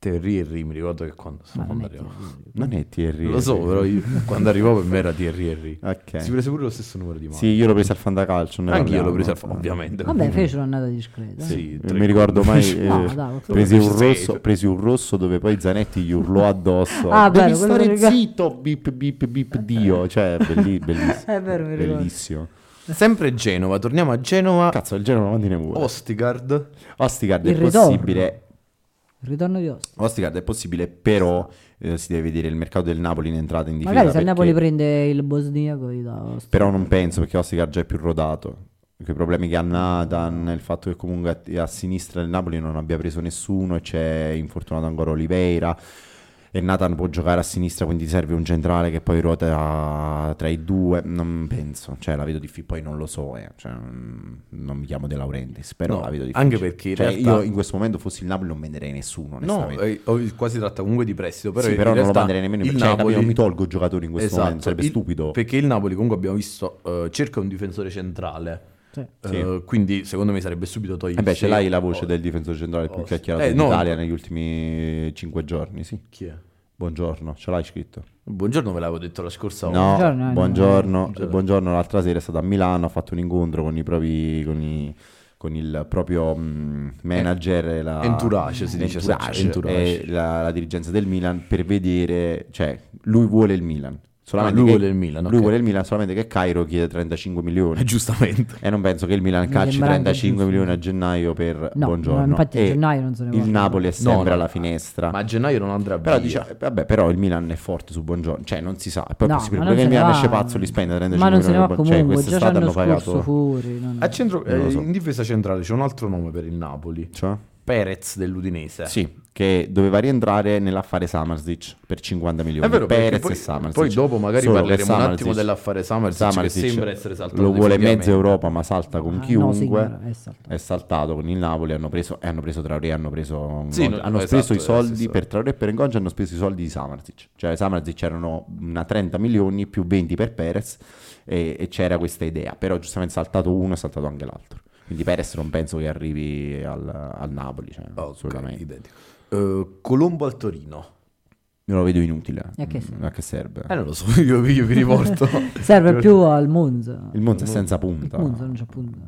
Thierry Henry, mi ricordo che quando Ma quando metti- arrivò. Non è Thierry. Lo so, però io, quando arrivò per me era Thierry Henry. Ok. Si prese pure lo stesso numero di mano. Sì, io l'ho preso al fantacalcio. ne Anche io l'ho parliamo. preso, al- ovviamente. Vabbè, fece un'annata discreta. eh. Sì, Non mi ricordo mai. eh, No, dai, presi, quello un che ci rosso, sei. presi un rosso dove poi Zanetti gli urlò addosso. Ah, Devi bello, quello stare mi ricordo. Eh, zitto, bip bip bip Dio. Cioè, belli- bellissimo. È vero, mi ricordo. bellissimo. Sempre Genova, torniamo a Genova. Cazzo, il Genova quanti ne vuole? Ostigard. Ostigard è Oh, Il ritorno. possibile. Il ritorno di Ostia. Ostigard è possibile, però eh, si deve vedere il mercato del Napoli in entrata e in difesa. Magari se il perché- Napoli prende il bosniaco, gli dà Ostia. Però non penso perché Ostigard già è più rodato. Quei problemi che ha Nathan, il fatto che comunque a, a sinistra del Napoli non abbia preso nessuno e c'è infortunato ancora Oliveira. E Nathan può giocare a sinistra, quindi serve un centrale che poi ruota tra i due. Non penso, cioè la vedo difficile. Poi non lo so, eh. Cioè, mm, non mi chiamo De Laurentiis, però No, la vedo difficile. anche perché in Cioè, realtà- io in questo momento, fossi il Napoli, non venderei nessuno. No, onestamente. eh, oh, qua si tratta comunque di prestito. Però, Sì, in però non lo realtà manderei nemmeno il in cioè, capito, Napoli- non mi tolgo giocatori in questo Esatto, momento, sarebbe il- stupido. Perché il Napoli comunque abbiamo visto eh, cerca un difensore centrale. Sì. Sì. Eh, quindi secondo me sarebbe subito togliersi. Eh beh, ce l'hai la voce Oh, del difensore centrale più oh, chiacchierato eh, in no. Italia negli ultimi 5 giorni, sì. Chi è? Buongiorno, ce l'hai scritto? Buongiorno, ve l'avevo detto la scorsa volta. No, Buongiorno, eh, buongiorno, no. buongiorno. l'altra sera è stato a Milano, ha fatto un incontro con i propri con, i- con il proprio mh, manager e la Entourage, si dice, Entourage, sì, entourage. e la, la dirigenza del Milan per vedere, cioè, lui vuole il Milan. Solamente Ah, lui che- vuole il Milan, lui ok. vuole il Milan solamente che Cairo chiede 35 milioni. Eh, Giustamente. E non penso che il Milan Mi calci sembra anche 35 giusto. milioni a gennaio per No, Buongiorno. no, infatti a E gennaio non se ne Il parla. Napoli è sempre no, alla ma- finestra. Ma a gennaio non andrà Ah. Però, via. Eh, dice- vabbè, però il Milan è forte su Buongiorno, cioè non si sa. È poi No, possibile ma non perché il se Milan ne va. esce pazzo, li spende 35 Ma non se ne va milioni. comunque, cioè, già quest'estate l'anno hanno scorso pagato. Ah, fuori. non- A centro- Non lo eh, so. in difesa centrale c'è un altro nome per il Napoli. Cioè? Perez dell'Udinese. Sì, che doveva rientrare nell'affare Samarzic per 50 milioni. È vero, perché Perez poi- e Samarzic. poi dopo magari Solo che parleremo un attimo Samarzic- dell'affare Samarzic, che sembra essere saltato Lo vuole mezza definitivamente. Europa, ma salta con Ah, no, chiunque. Sigmar è saltato. è saltato con il Napoli hanno preso, e hanno preso Traoré hanno preso Sì, Ngonja. no, hanno esatto, speso i eh, soldi sì, sì. per Traoré e per Ngonja hanno speso i soldi di Samarzic cioè Samarzic erano una 30 milioni più 20 per Perez e, e c'era questa idea però giustamente saltato uno è saltato anche l'altro quindi Perez non penso che arrivi al, al Napoli cioè, Ah, Ok, assolutamente identico. Eh, Colombo al Torino. io lo vedo inutile E a che Mm, serve? a che serve Eh, non lo so, io, io vi riporto. Serve più al Monza. il Mm. Monza è senza punta Il Monza non c'è punta.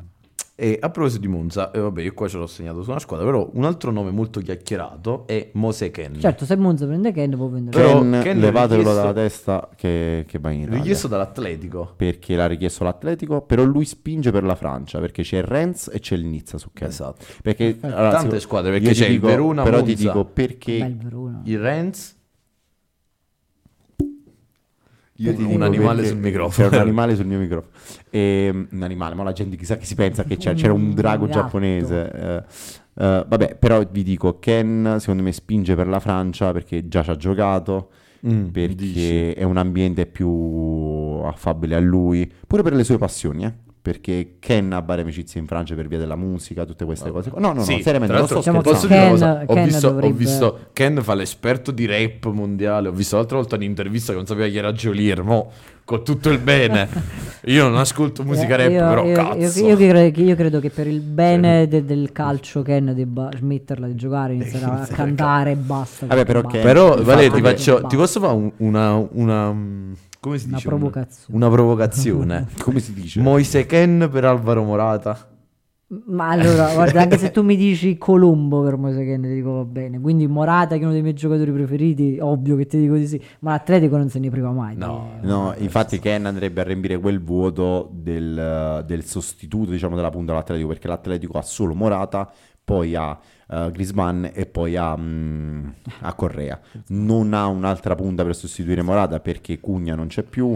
E a proposito di Monza, eh, vabbè, io qua ce l'ho segnato su una squadra, però un altro nome molto chiacchierato è Moseken. Certo, se il Monza prende Ken può vendere. Però Ken, Ken è levatelo richiesto- dalla testa che, che va in Italia Richiesto dall'Atletico. perché l'ha richiesto l'Atletico, però lui spinge per la Francia, perché c'è Rennes e c'è il Nizza su Ken. Esatto. Perché allora, Tante secondo- squadre, io perché ti c'è il dico- Verona, Però ti Monza. dico Bel perché Verona. Il Renz. io ti un dico animale perché sul microfono. C'era un animale sul mio microfono. Ehm, un animale, ma la gente chissà che si pensa che c'era, c'era un Un drago gatto. giapponese. eh. Eh, vabbè, però vi dico, Ken secondo me spinge per la Francia perché già ci ha giocato. Mm. perché è un ambiente più affabile a lui, pure per le sue passioni, eh, Perché Ken ha varie amicizie in Francia per via della musica, tutte queste cose. qua. No, no, Sì, no, seriamente, tra non sto Diciamo l'altro, scherzando. posso dire una Ken- cosa? Ho, Ken visto, ho dovrebbe- visto Ken fa l'esperto di rap mondiale. Ho visto l'altra volta un'intervista che non sapeva chi era Jolier. Mo, con tutto il bene, io non ascolto musica Eh, rap, io, però io- cazzo. io- io credo, che- io credo che per il bene de- del calcio Ken debba smetterla di giocare, iniziare a cantare e basta. Vabbè, però basta. Ken- Però, Infatti- Vale, ti, Infatti- faccio, ti posso fare un- una, una, mm, Come si Una dice? provocazione. Una provocazione. Come si dice? Moise Ken per Alvaro Morata. Ma allora, guarda, anche se tu mi dici Colombo per Moiseken, ti dico va bene. Quindi Morata, che è uno dei miei giocatori preferiti, ovvio che ti dico di sì. Ma l'Atletico non se ne priva mai. No. di- No, infatti Ken andrebbe a riempire quel vuoto del, del sostituto, diciamo, della punta dell'Atletico, perché l'Atletico ha solo Morata, poi ha eh, Griezmann e poi ha, mm, ha Correa. Non ha un'altra punta per sostituire Morata perché Cugna non c'è più,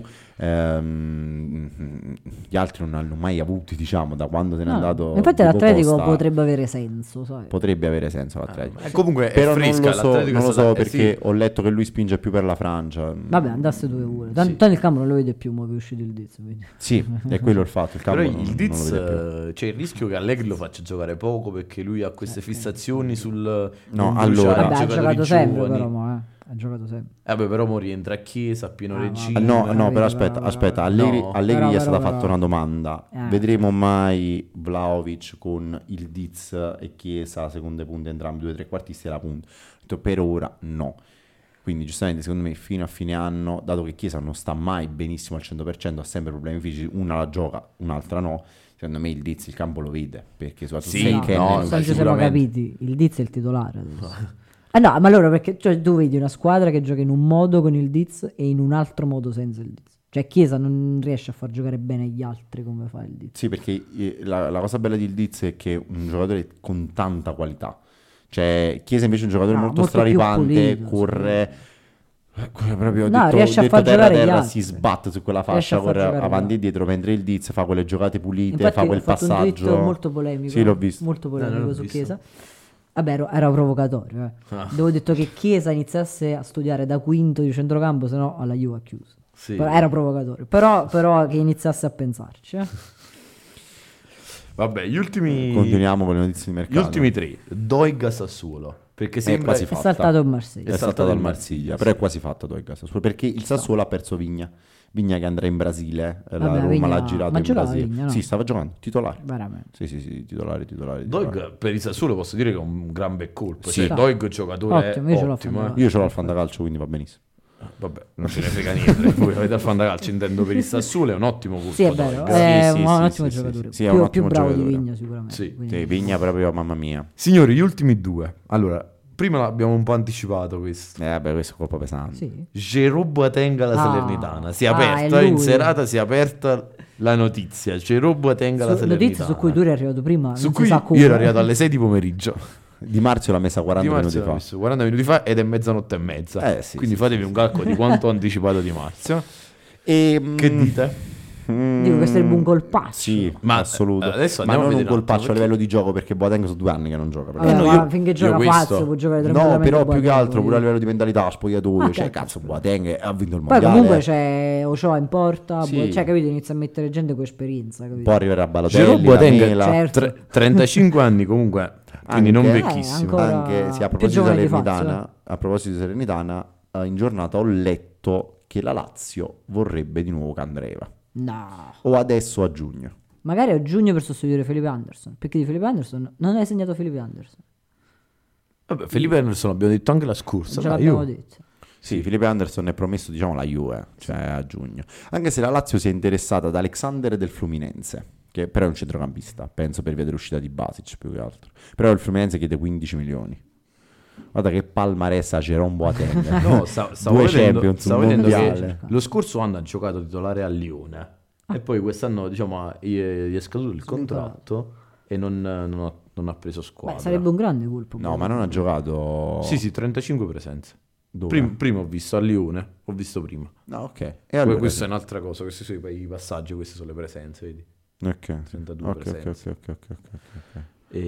ehm, gli altri non hanno mai avuti, diciamo, da quando se n'è No. andato. Ah, Infatti Diego l'Atletico Costa, potrebbe avere senso, sai. potrebbe avere senso l'Atletico. Eh, comunque è Ah, Però fresca, non lo so, l'Atletico è non lo stata- so eh, sì. perché ho letto che lui spinge più per la Francia. Vabbè, andasse dove vuole. Tan- Sì. Tanto il campo non lo vede più, ma che è uscito il Diz. quindi. Sì, è quello il fatto. Il campo Però non- il non lo Diz vede più. Eh, eh, c'è il rischio che Allegri lo faccia giocare poco perché lui ha queste fissazioni sul No, non bruciare allora- i Vabbè, Vabbè, ha giocatori giocato sempre, giovani. però, mo, eh. Ha giocato sempre. Eh, beh, però mo rientra a Chiesa, a pieno Ah, regime. Ah, No, no, però aspetta, però, aspetta, però. Allegri, No. Allegri Però, gli è però, stata però. fatta una domanda. Eh. Vedremo mai Vlaovic con il Diz e Chiesa, seconde punte, entrambi due trequartisti e la punta. Ho detto, per ora no. Quindi giustamente secondo me fino a fine anno, dato che Chiesa non sta mai benissimo al 100%, ha sempre problemi fisici, una la gioca, un'altra no, secondo me il Diz il campo lo vede, perché soprattutto Sì, se no, Ken è no, adesso venuto- non ci siamo sicuramente. capiti. Il Diz è il titolare. adesso. Ah no, ma allora perché cioè, tu vedi una squadra che gioca in un modo con il Diz e in un altro modo senza il Diz. Cioè Chiesa non riesce a far giocare bene gli altri come fa il Diz. Sì, perché eh, la, la cosa bella di Ildiz è che è un giocatore con tanta qualità. Cioè, Chiesa invece è un giocatore No, molto, molto più straripante, pulito, corre. corre Proprio No, detto, riesce a detto far terra giocare gli terra altri. si sbatte su quella Riesce a fascia, far corre giocare gli avanti altri. e dietro, mentre il Diz fa quelle giocate pulite, Infatti fa quel ho fatto un tweet passaggio. molto polemico. Sì, l'ho visto. Molto polemico Eh, non l'ho su visto. Chiesa. Vabbè, ero, era provocatorio. Eh. Avevo detto che Chiesa iniziasse a studiare da quinto di centrocampo, se no alla Juve ha chiuso. Sì. Però eh. era provocatorio. Però, però che iniziasse a pensarci. eh. Vabbè, gli ultimi... Continuiamo con le notizie di Gli mercato. ultimi tre. Doiga Sassuolo. Perché sembra... Eh, quasi È Fatta. saltato il Marsiglia. È È saltato saltato dal il Marsiglia, Marsiglia, però è sì. quasi fatto Doig al Sassuolo, perché il Sassuolo ha perso Vigna. Vigna che andrà in Brasile, eh, la Vabbè, Roma Vigna- l'ha girato ma in giocava Brasile. Vigna, no? Sì, stava giocando, titolare. Veramente. Sì, sì, sì, titolare, titolare. titolare. Doig per il Sassuolo posso dire che è un gran bel colpo. Sì. Cioè, Doig è un giocatore Ottimo, io ce l'ho ottimo, fatto. eh. Io ce l'ho al fantacalcio, quindi va benissimo. Vabbè, non ce ne frega niente. Voi avete al fantacalcio, intendo per il Sassuolo, è un ottimo colpo. Sì, è Doig. vero. eh. Sì, È sì, sì, un, un sì, ottimo sì, giocatore. sì, sì, è un più, più ottimo bravo di giocatore. Vigna, sicuramente. Sì, quindi- Sì, Cioè, Vigna proprio, mamma mia. Signori, gli ultimi due. Allora, prima l'abbiamo un po' anticipato questo. Eh, beh, questo è colpo pesante. Sì. Jerub Boatenga la Ah. Salernitana. Si è Ah, aperta, è lui. in serata si è aperta la notizia. Jerub Boatenga la Su, notizie Salernitana. su cui tu eri arrivato prima. Su non si cui sa come. io ero arrivato alle 6 di pomeriggio. Di Marzio l'ha messa 40 Di Marzio l'ha minuti fa. messo 40 minuti fa ed è mezzanotte e mezza. Eh, sì, Quindi sì, fatevi un calcolo di quanto ho anticipato di Marzio. E, Che mm, dite? mm, Dico, questo è un buon colpaccio. Sì, Ma, assoluto. eh, adesso ma andiamo non un a vedere un attimo, colpaccio a perché- livello di gioco, perché Boateng sono due anni che non gioca. Vabbè, praticamente. Eh, no, ma io- finché io gioca questo- pazzo può giocare No, tranquillamente. però con più che Boateng, altro pure a voglio livello di mentalità, spogliatoio, Ah, cioè certo. cazzo Boateng ha vinto il Poi mondiale. comunque c'è Ochoa in porta, Sì. boh, cioè capito, inizia a mettere gente con esperienza, capito? Poi arriverà Jerome Balotelli, Boateng Lamela, Certo. eh, tre- 35 anni comunque, quindi non Anche- vecchissimo. ancora- Anche sì, a più proposito di giovane di Salernitana, a proposito di Salernitana, eh, in giornata ho letto che la Lazio vorrebbe di nuovo Candreva. No. O adesso a giugno. Magari a giugno per sostituire Felipe Anderson, perché di Felipe Anderson non hai segnato Felipe Anderson. Vabbè, Felipe Anderson l'abbiamo detto anche la scorsa. Ce dai, l'abbiamo io- detto. Sì, Filippo Anderson è promesso, diciamo, la Juve, cioè a giugno. Anche se la Lazio si è interessata ad Alexander del Fluminense, che però è un centrocampista, penso per via dell'uscita di Basic più che altro. Però il Fluminense chiede 15 milioni. Guarda che palmarès a Jerome Boateng. No, sta- stavo Due vedendo, Champions, stavo un vedendo che mondiale. lo scorso anno ha giocato titolare a Lione Ah. e poi quest'anno diciamo, ha- gli è gli è scaduto il contratto e non, non ha, non ha preso squadra. Beh, sarebbe un grande colpo. No, ma non ha giocato... Sì, sì, 35 presenze. Dove? Prim- prima ho visto a Lione, ho visto prima. No, ok. E allora... questa è un'altra cosa, questi sono i i passaggi, queste sono le presenze, vedi? Ok, 32 ok, ok, presenze. ok, ok, ok, ok. E...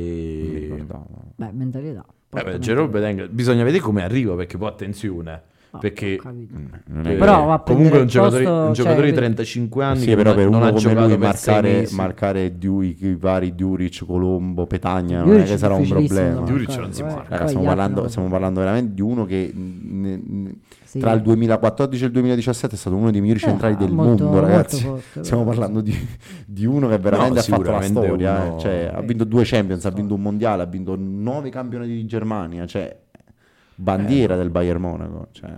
Mi ricordavo. Beh, mentalità. Eh beh, Porta Jerome mentalità. Boateng- bisogna vedere come arriva perché poi attenzione, Ah, perché ho capito. Non è eh, che- Però va a comunque prendere è un il giocatore, posto, un cioè, giocatore di quindi- 35 anni Sì, che però non- per non uno ha come giocato lui per sei marcare, mesi. marcare Dui- i vari Diuric, Colombo, Petagna non è Juric che sarà un difficilissimo da problema. marcare, Juric non si eh. marca. Raga, Poi Cioè, stiamo, gli altri parlando, no. stiamo parlando veramente di uno che n- n- Sì. tra il 2014 e il 2017 è stato uno dei migliori Eh, centrali del molto- mondo, ragazzi. molto forte, Stiamo però. parlando di, di uno che veramente No, ha fatto la sicuramente storia. uno- eh. Cioè, ha vinto due Champions, ha vinto un mondiale, ha vinto Eh. nove campionati di Germania. Cioè, bandiera del Bayern Monaco. Cioè,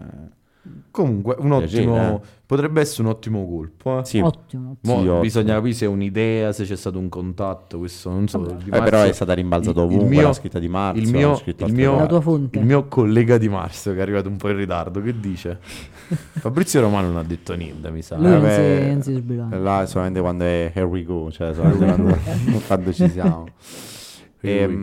Comunque, un Piacere, ottimo. Potrebbe essere un ottimo colpo. eh. eh. Sì, Ottimo. Mo' Sì, ottimo. bisogna capire se è un'idea, se c'è stato un contatto. Questo non so. Di Eh, però Marzio- è stata rimbalzata il- il ovunque mio- la scritta di Marzio. il mio- la scritta il mio- La altrove. tua fonte. Il mio collega di Marzo che è arrivato un po' in ritardo, che dice? Fabrizio Romano non ha detto niente, mi sa. Lui non si- Vabbè, non si sbilancia. Là è solamente quando è here we go, cioè solamente quando, quando ci siamo. Here we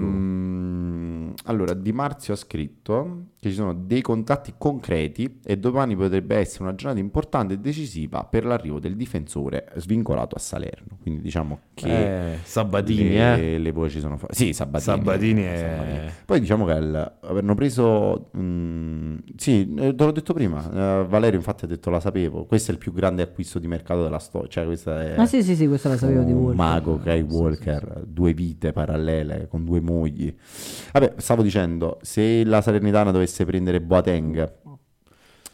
Ehm, allora, Di Marzio ha scritto che ci sono dei contatti concreti e domani potrebbe essere una giornata importante e decisiva per l'arrivo del difensore svincolato a Salerno. Quindi diciamo che Eh, Sabatini, eh. le, le voci sono fa- Sì, Sabatini. eh, Sabatini è- Poi diciamo che il- avranno preso... mm, sì, eh, te l'ho detto prima, eh, Valerio infatti ha detto la sapevo, questo è il più grande acquisto di mercato della storia, cioè questa è... Ah sì sì sì, questa la sapevo di un Walker. mago che è Sì, sì, Walker, due vite parallele con due mogli. Vabbè, stavo dicendo, se la Salernitana dovesse prendere Boateng,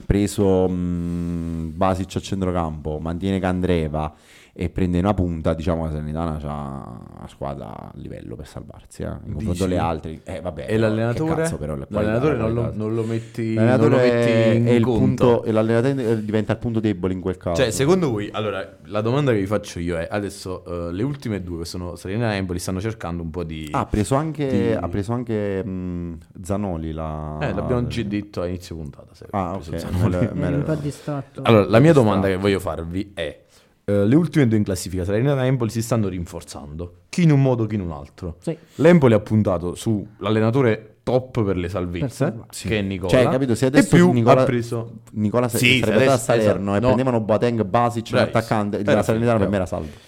preso mh, Basic a centrocampo, mantiene Candreva e prende una punta, diciamo che la Salernitana ha una squadra a livello per salvarsi, eh, in confronto Dici? alle altre. Eh, vabbè, E però, l'allenatore? che cazzo, però, la qualità, l'allenatore la non lo, qualità. non lo metti, L'allenatore non lo metti in è il conto. punto, e l'allenatore eh, diventa il punto debole in quel caso. Cioè, secondo voi, allora, la domanda che vi faccio io è, adesso eh, le ultime due che sono Serena e Empoli stanno cercando un po' di... Ah, ha preso anche, di- ha preso anche mh, Zanoli la... eh, l'abbiamo già detto a inizio puntata. se- Ah, se- se- ok. me sì. le- me Eri un po' le- distratto. Allora, la mia Ci sta. domanda che voglio farvi è: eh, le ultime due in classifica, Salernitana e Empoli, si stanno rinforzando, chi in un modo, chi in un altro. Sì. L'Empoli ha puntato sull'allenatore top per le Per salvezze, salvarsi. che è Nicola. Cioè, capito, se adesso e più Nicola- ha preso Nicola se- Sì, sarebbe adesso- andato a Salerno esatto, e no. prendevano Boateng, Basic, un Bravissimo. attaccante e Era la Salernitana per finita. me era salva.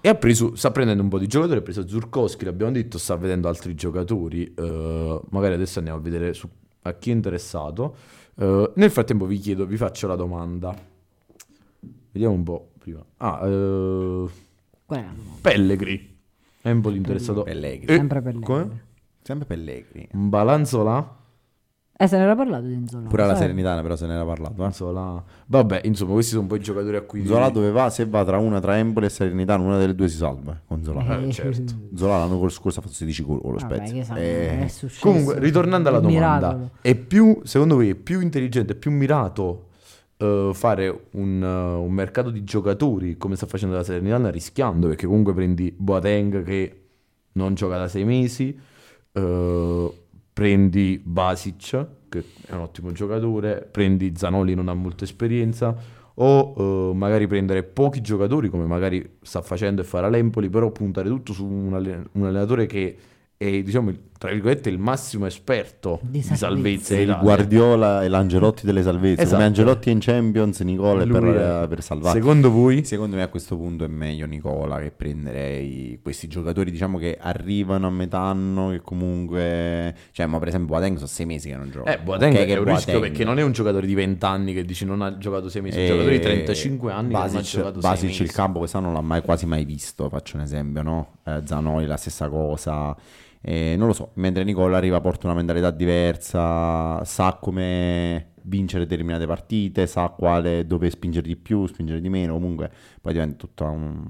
E ha preso, sta prendendo un po' di giocatori, ha preso Zurkowski, l'abbiamo detto, sta vedendo altri giocatori, eh, magari adesso andiamo a vedere su- a chi è interessato. Eh, nel frattempo vi chiedo, vi faccio la domanda. Vediamo un po' prima. Ah, eh, Qual era? No, Pellegri. Empoli interessato. Pellegri. Eh, Sempre Pellegrini. come? Sempre Pellegri. Un Balanzola? Eh, se ne era parlato di Inzola. Pure alla sai? Salernitana però se ne era parlato. Eh. Balanzola. Vabbè, insomma, questi sono un po' i giocatori a cui... Zola dove va? Se va tra una, tra Empoli e Salernitana, una delle due si salva. eh, Con Zola. Eh, certo. Zola l'anno scorso ha fatto 16 gol con lo Vabbè, che Spezia. sa- Eh, è successo. Comunque, ritornando alla Un domanda, miracolo. è più, secondo voi, è più intelligente, è più mirato eh, fare un, eh, un mercato di giocatori come sta facendo la Salernitana rischiando, perché comunque prendi Boateng che non gioca da sei mesi, eh, prendi Basic che è un ottimo giocatore, prendi Zanoli non ha molta esperienza, o eh, magari prendere pochi giocatori come magari sta facendo e farà l'Empoli, però puntare tutto su un, alle- un allenatore che è diciamo il- tra virgolette il massimo esperto Di di, salvezza Esatto. salvezza. è in il Italia. Guardiola e l'Angelotti delle salvezze. Esatto. Come Angelotti in Champions, Nicola è per, Lui è- eh, per salvare. Secondo voi? Secondo me a questo punto è meglio Nicola che prenderei questi giocatori diciamo che arrivano a metà anno che comunque... Cioè ma per esempio Boateng sono sei mesi che non gioca. Eh, Boateng Ok è un rischio Boateng. perché non è un giocatore di 20 anni che dici non ha giocato 6 mesi, è un Eh, giocatore di 35 anni che non ha Basic, giocato 6 Basic mesi. il campo quest'anno non l'ha mai, quasi mai visto, faccio un esempio, no? Eh, Zanoni la stessa cosa. Eh, non lo so, mentre Nicola arriva porta una mentalità diversa, sa come vincere determinate partite, sa quale dove spingere di più, spingere di meno, comunque poi diventa tutta un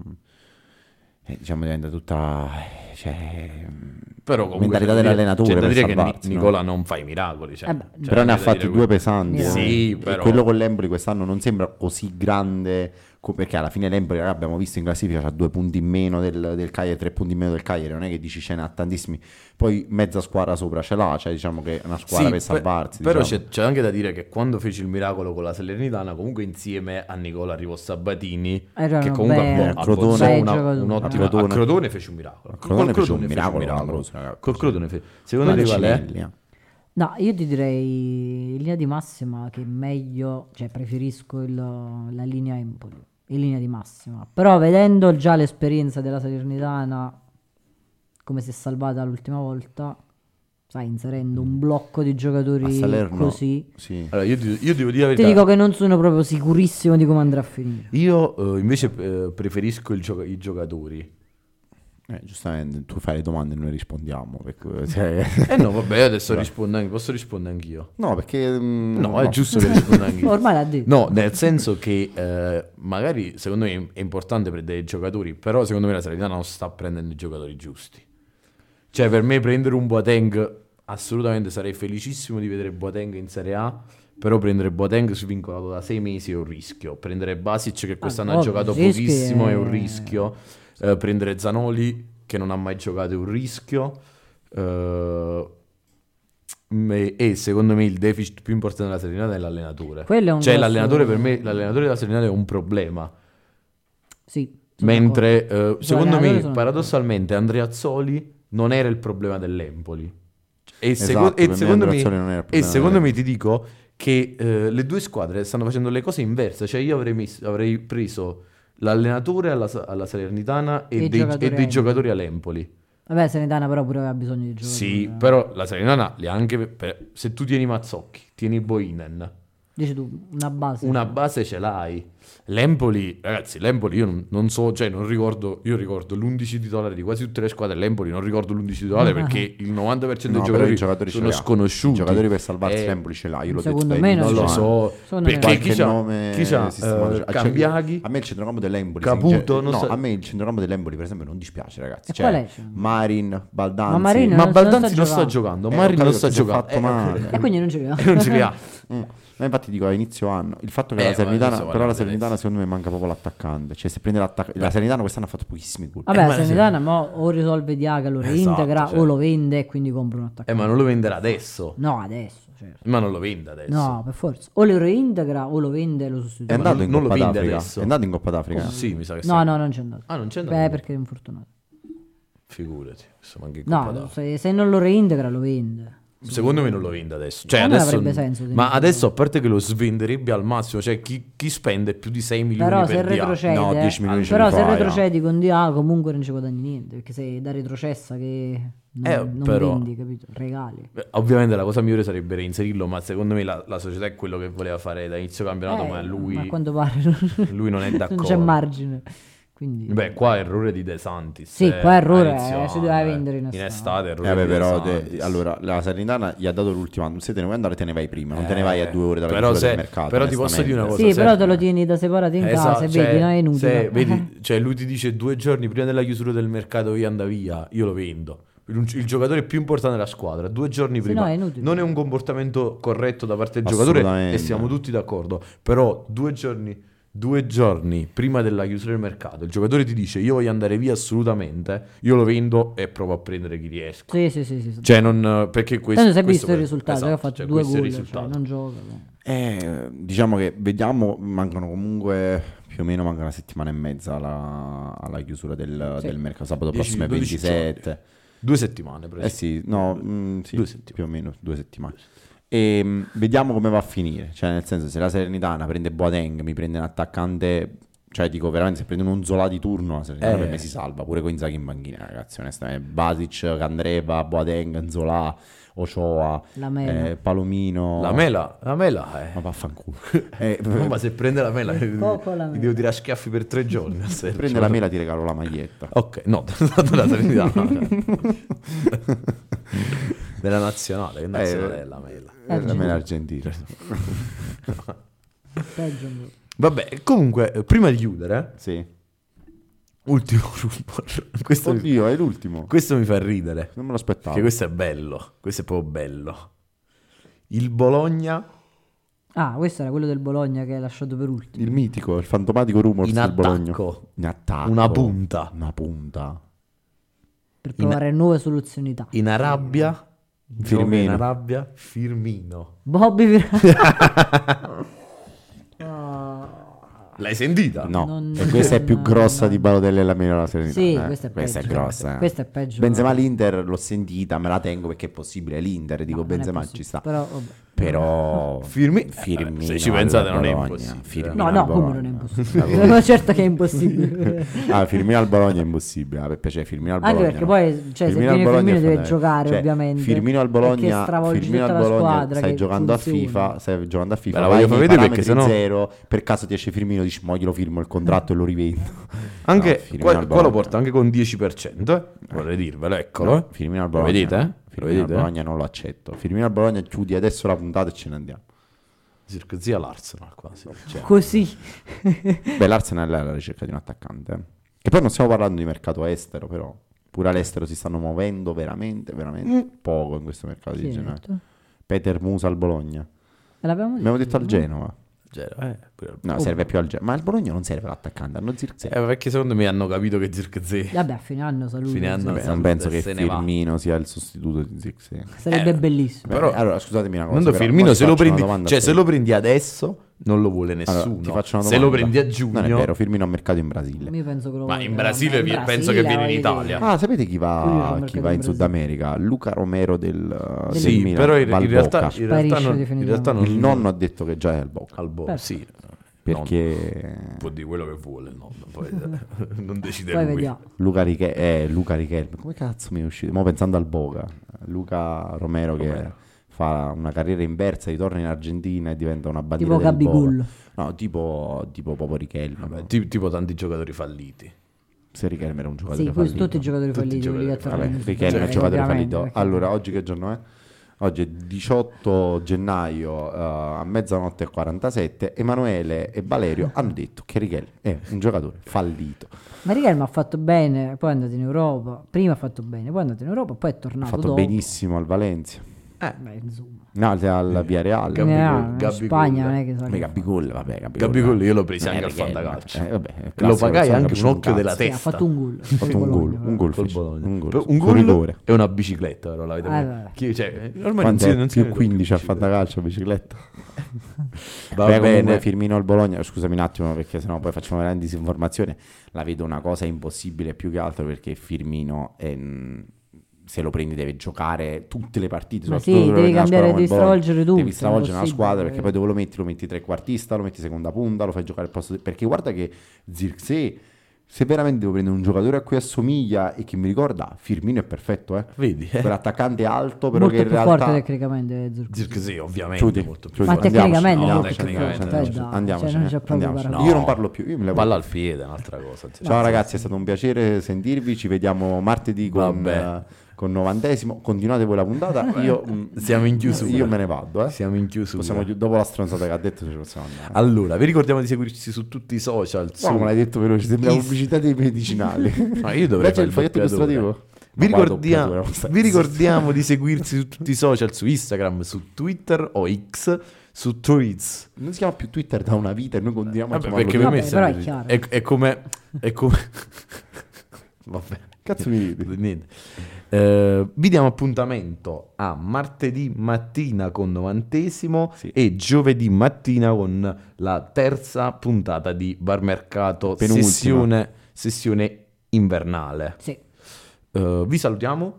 eh, diciamo diventa tutta eh, cioè, Però mentalità comunque c'è da dire- dell'allenatore c'è da per dire che salvarsi, Ni- no? Nicola non fa i miracoli, cioè, Eh beh. Cioè, però ne c'è ha da fatti dire due questo. pesanti. Sì, eh. però- Quello con l'Empoli quest'anno non sembra così grande, co- perché alla fine l'Empoli, raga, abbiamo visto in classifica, ha due punti in meno del, del Cagliari, tre punti in meno del Cagliari, non è che dici ce n'ha tantissimi. Poi mezza squadra sopra ce l'ha, cioè diciamo che è una squadra per pe- salvarsi. Però diciamo. c'è, c'è anche da dire che quando fece il miracolo con la Salernitana, comunque insieme a Nicola arrivò Sabatini, Erano che comunque belli. ha- A ha Crotone. abbozzato Bei una- giocatori. un'ottima- A Crotone. a Crotone fece un miracolo. Crotone Col fece un fece miracolo clamoroso, ragazzi. Col Crotone fece. Secondo te Quello qual è? Cinelli, eh. No, io ti direi in linea di massima che è meglio, cioè preferisco il- la linea Empoli, in linea di massima. Però vedendo già l'esperienza della Salernitana, come si è salvata l'ultima volta, sai, inserendo un blocco di A giocatori Salerno. così, Sì. Allora, io, ti- io devo dire la ti verità. dico che non sono proprio sicurissimo di come andrà a finire. Io eh, invece eh, preferisco il gioca- i giocatori. Eh, giustamente, tu fai le domande e noi rispondiamo. perché- cioè- Eh no, vabbè, adesso rispondo anche, posso rispondere anch'io. no, perché... mm, No, è giusto che risponda anch'io. Ormai l'ha detto. No, nel senso che eh, magari secondo me è importante prendere i giocatori, però secondo me la Salernitana non sta prendendo i giocatori giusti. Cioè, per me prendere un Boateng assolutamente sarei felicissimo di vedere Boateng in Serie A, però prendere Boateng svincolato da sei mesi è un rischio. Prendere Basic che quest'anno Ah, no, ha giocato rischi pochissimo è è- un rischio. Eh, prendere Zanoli che non ha mai giocato è un rischio. Eh, me- e secondo me il deficit più importante della Serenata è l'allenatore. Quello è un Cioè grosso- l'allenatore per me, l'allenatore della Serenata è un problema. Sì. sono Mentre eh, secondo allenatore me, sono paradossalmente, Andrea Azzoli non era il problema dell'Empoli. E, seco- Esatto, e per me secondo, Andrea me, Azzoli non era il e problema secondo me ti dell'Empoli. dico che eh, le due squadre stanno facendo le cose inverse. Cioè, io avrei, messo- avrei preso l'allenatore alla, alla Salernitana e, E i dei, giocatori e dei a giocatori all'Empoli. d'accordo. Vabbè, Senetana però pure aveva bisogno di eh. giocare. Sì, però la Salernitana le ha anche. per- se tu tieni Mazzocchi, tieni Boinen, Dici tu, una base. una base ce l'hai. L'Empoli, ragazzi, l'Empoli io non, non so, cioè non ricordo, io ricordo l'11 titolare di quasi tutte le squadre, l'Empoli non ricordo l'11 titolare perché il 90% dei No, però giocatori, i giocatori ce sono li ha. sconosciuti. I giocatori per salvarsi Eh, l'Empoli ce l'ha, io l'ho Secondo detto me dai non Non inizi, lo ma- ce so, Secondo me- perché chi Qualche c'ha, nome chi c'ha, sistematico. eh, Cioè, Cambiaghi, a me il centrocampo dell'Empoli Caputo, sincer- non no, so- a me il centrocampo dell'Empoli per esempio non dispiace ragazzi E Cioè, qual è? Marin Baldanzi Ma Marin ma non sta Baldanzi non sta giocando. giocando, Eh, ho Marin non capito, sta si è giocando, fatto Eh, male. E quindi non ce li ha. non ce li ha. Mm. Ma infatti dico a inizio anno il fatto che Eh, la Salernitana ma adesso però la guardate Salernitana adesso. secondo me manca proprio l'attaccante cioè se prende l'attaccante la Salernitana quest'anno ha fatto pochissimi gol Vabbè, Eh, ma- Senetana mo o risolve Diaga, lo Esatto, reintegra cioè. o lo vende e quindi compra un attaccante. Eh, ma non lo venderà adesso. No, adesso, certo. Ma non lo vende adesso. No, per forza. O lo reintegra o lo vende e lo è sostituisce. andato in non lo Coppa vende d'Africa adesso. è andato in Coppa d'Africa Oh, sì, mi sa che No, sì. no, non c'è andato. Ah, non c'è andato. Beh, perché è infortunato. Figurati, questo manca in Coppa No, d'Africa. se, se non lo reintegra lo vende. Secondo me non lo vende adesso. Cioè, Secondo me adesso Eh, avrebbe senso di ma metterlo. adesso a parte che lo svenderebbe al massimo, cioè chi, chi spende più di 6 milioni Però se per DA? retrocede, eh. No, 10 milioni ce però li se fai, no. retrocedi con DA comunque non ci guadagni niente, perché sei da retrocessa che non, Eh, non però- vendi, capito? Regali. Beh, Ovviamente la cosa migliore sarebbe reinserirlo, ma secondo me la, la società è quello che voleva fare da inizio campionato, Eh, ma lui, a quanto pare non, lui non è d'accordo. non c'è margine. Quindi Beh, qua è errore di De Santis. Sì, eh, qua è errore, a inizio eh, si anno, doveva eh. vendere in In estate. estate è Eh, errore vabbè, di però De te- Santis. allora la Salernitana gli ha dato l'ultimo se te ne vuoi andare te ne vai prima non te ne Eh, vai a due ore dalla però chiusura se- del mercato però ti posso dire una onestamente. sì, cosa però serve? te lo tieni da separato in casa Esatto, e cioè, vedi, non è inutile. Eh. se- vedi, cioè, lui ti dice due giorni prima della chiusura del mercato io anda via, io lo vendo. Il, il giocatore più importante della squadra, due giorni Sì, prima. no, è inutile. non è un comportamento corretto da parte del giocatore e Assolutamente. siamo tutti d'accordo. Però due giorni, due giorni prima della chiusura del mercato, il giocatore ti dice io voglio andare via assolutamente, io lo vendo e provo a prendere chi riesco. Sì, sì, sì, sì. sì. Cioè, non, perché questo... Tanto si è visto questo il per- risultato, esatto, che ha fatto cioè, due questo è il gol, cioè, risultato. non gioca. quindi. Eh, diciamo che vediamo, mancano comunque più o meno manca una settimana e mezza alla, alla chiusura del, Sì. del mercato. Sabato 10, prossimo è 12 27. Due settimane, per Eh sì, no, mm, sì, Due settimane. più o meno due settimane. E, mm, vediamo come va a finire. Cioè, nel senso, se la Serenitana prende Boateng, mi prende un attaccante. Cioè, dico veramente, se prende un Zola di turno, la Serenitana Eh. per me si salva. Pure con Inzaghi in banchina, ragazzi. Onestamente, Basic, Candreva, Boateng, Zola, Ochoa, La mela. eh, Palomino. La mela, la mela è... Ma vaffanculo. Eh, No, ma se prende la mela, Il coco alla gli mela. devo tirare a schiaffi per tre giorni. a Sergio. Prende la mela e ti regalo la maglietta. Ok, no, tanto la sanità. Della nazionale, che nazionale è la mela. Eh, la mela argentina. Peggio ancora. Vabbè, comunque, eh, prima di chiudere, Sì. ultimo rumor. Questo, mi, Oddio, è l'ultimo. questo mi fa ridere. Non me lo aspettavo. Perché questo è bello. Questo è proprio bello. Il Bologna Ah, questo era quello del Bologna che hai lasciato per ultimo. Il mitico, il fantomatico rumor in del Bologna. attacco. In attacco. Una punta. Una punta. Per In- provare nuove soluzioni tattiche. In Arabia. Firmino. gioca In Arabia, Firmino. Bobby Vir- L'hai sentita? No, Non- e questa è più non- grossa non- di Balotelli e la meno la Serenità. Sì, eh. questa è peggio. grossa. eh. Questa è peggio. Benzema l'Inter l'ho sentita, me la tengo perché è possibile l'Inter, dico No, non è Benzema possibile. ci sta. Però, oh, vabbè. Però Firmi- Firmino se ci pensate al non è Bologna, impossibile. Firmino No, al no, come Bologna. non è impossibile. Ma certo che è impossibile. Ah, Firmino al Bologna è impossibile, ah, per piacere, Firmino al Bologna. Anche perché poi, cioè, se Firmino al viene Bologna Firmino è deve fondamentale. giocare, Cioè, ovviamente. Firmino al Perché Bologna, stravolge Firmino tutta al la Bologna squadra stai che giocando funziona. a FIFA, stai giocando a FIFA, la vai nei voglio far vedere perché parametri sennò- zero, per caso ti esce Firmino, dici, mo glielo firmo il contratto e lo rivendo. No, Anche Firmino qua, al qua lo Bologna. porta anche con 10%, eh. vorrei dirvelo, eccolo. eh. No, Firmino al Bologna. Lo vedete? eh? Lo Firmino al vedete? Bologna non lo accetto. Firmino al Bologna chiudi adesso la puntata e ce ne andiamo. Circozia l'Arsenal quasi. Cioè, Così. eh. Beh, l'Arsenal è alla ricerca di un attaccante. Che poi non stiamo parlando di mercato estero, però. Pure all'estero si stanno muovendo veramente, Mm. veramente poco in questo mercato Chi di è gennaio. detto? Peter Musa al Bologna. Certo. L'abbiamo Abbiamo detto al no? Genova. Genova, eh, pure- No, Mm. Oh. serve più al Genova. Ma al Bologna non serve l'attaccante, hanno Zirkzee. Eh, perché secondo me hanno capito che Zirkzee Vabbè, a fine anno saluto. Fine anno, insomma. Vabbè, sì, non penso se che ne va. Firmino sia il sostituto di Zirkzee. Sarebbe Eh, bellissimo. Però- Però, allora, scusatemi una cosa. Nando però, Firmino mo ti se lo, faccio una prendi, domanda cioè, a se te. lo prendi adesso non lo vuole Allora, nessuno. ti faccio una se domanda. lo prendi a giugno, Non è vero, Firmino ha mercato in Brasile. Io penso che lo Ma vogliono, in Brasile ma vi- penso che viene in voglio dire. Italia. Ah, sapete chi Lui c'ha il va, mercato chi va in in Brasile. Sud America? Luca Romero del del sì, Milan, però in, va al in realtà, Boca. in realtà Sparisce non, in definitivamente. realtà non- il nonno ha detto che già è al Boca. al Boca, Perfetto. sì. Perché No, può dire quello che vuole il nonno, poi eh, non decide Poi lui. vediamo. Luca, Riche- eh, Luca Richelme, come cazzo mi è uscito? Mo pensando al Boca, Luca Romero che Romero. fa una carriera inversa, ritorna in Argentina e diventa una bandiera Tipo del Gabigol. Boca. No, tipo, tipo proprio Richelme. Vabbè, no? ti- tipo tanti giocatori falliti. Se Richelme era un Sì, giocatore questi fallito. tutti i giocatori Tutti i falliti. quelli che giocatori Vabbè, tornano in Richelme è Sud un giocatore America, fallito. ovviamente, Allora, oggi che giorno è? Oggi è 18 gennaio eh, a mezzanotte e 47. Emanuele e Ah, Valerio hanno detto che Richelme è un giocatore fallito. perché- Ma Richelme ha fatto bene, poi è andato in Europa. Prima ha fatto bene, poi è andato in Europa, poi è Ha tornato fatto dopo. benissimo al Valencia, Beh, insomma. no, al Villarreal. Gabigol, Eh, in Gabigol. Spagna non è che sa Ma che- Gabigol, vabbè, Gabigol. Gabigol io l'ho preso Eh, anche al perché- fantacalcio. eh, vabbè, è Lo classico, pagai non anche capisce un occhio cazzo. della Sì, ha testa. fatto un gol. Ha fatto un gol, un gol, Col fece. Bologna. un gol, Però un rigore. e una bicicletta ora l'avete Ah, mai- vabbè. Chi- cioè, ormai non Quanto si, è? non si più vedono 15 a biciclette. fantacalcio a bicicletta. Va Beh, comunque bene. Firmino al Bologna, scusami un attimo perché sennò poi facciamo veramente disinformazione. La vedo una cosa impossibile più che altro perché Firmino è, mh, se lo prendi deve giocare tutte le partite, Ma soprattutto sì, se lo devi prendi una squadra cambiare, come il devi Bologna. stravolgere tutto. Devi stravolgere una squadra perché poi dopo dove lo metti? Lo metti trequartista, lo metti seconda punta, lo fai giocare al posto. di- Perché guarda che Zirkzee, se veramente devo prendere un giocatore a cui assomiglia e che mi ricorda, Firmino è perfetto, eh. Vedi? eh? Quell'attaccante alto, però Molto che in più realtà... forte tecnicamente Zirkzee. Zirkzee, Eh, ovviamente, Chiudi, molto più chiudi, Ma andiamocene, tecnicamente no, andiamocene, tecnicamente certo. no, andiamocene, cioè, dai, andiamocene, cioè, non c'è proprio andiamocene. paragone. Io non parlo più, io me la Palla al piede, è un'altra cosa. cioè. Ciao ragazzi, è stato un piacere sentirvi, ci vediamo martedì con, Vabbè. eh, con novantesimo, continuate voi la puntata, io, mm, Siamo in chiusura. io me ne vado. eh. Siamo in chiusura. Possiamo chi- dopo la stronzata che ha detto ci possiamo andare. Allora, vi ricordiamo di seguirci su tutti i social. No, su- come l'hai detto veloce, sembra Is- pubblicità dei medicinali. Ma io dovrei Invece fare il foglietto doppiatore. illustrativo? Vi, Ma guarda, ricordia- doppiatore, vi ricordiamo di seguirci su tutti i social, su Instagram, su Twitter o X, su Tweets. Non si chiama più Twitter da una vita e noi continuiamo Vabbè, a perché chiamarlo. per me Vabbè, sembra- però è chiaro. è, è come... È come... Vabbè. Cazzo mi ridi? Niente. Eh, vi diamo appuntamento a martedì mattina con novantesimo Sì. e giovedì mattina con la terza puntata di Bar Mercato Penultima. sessione, sessione invernale. Sì. Eh, vi salutiamo,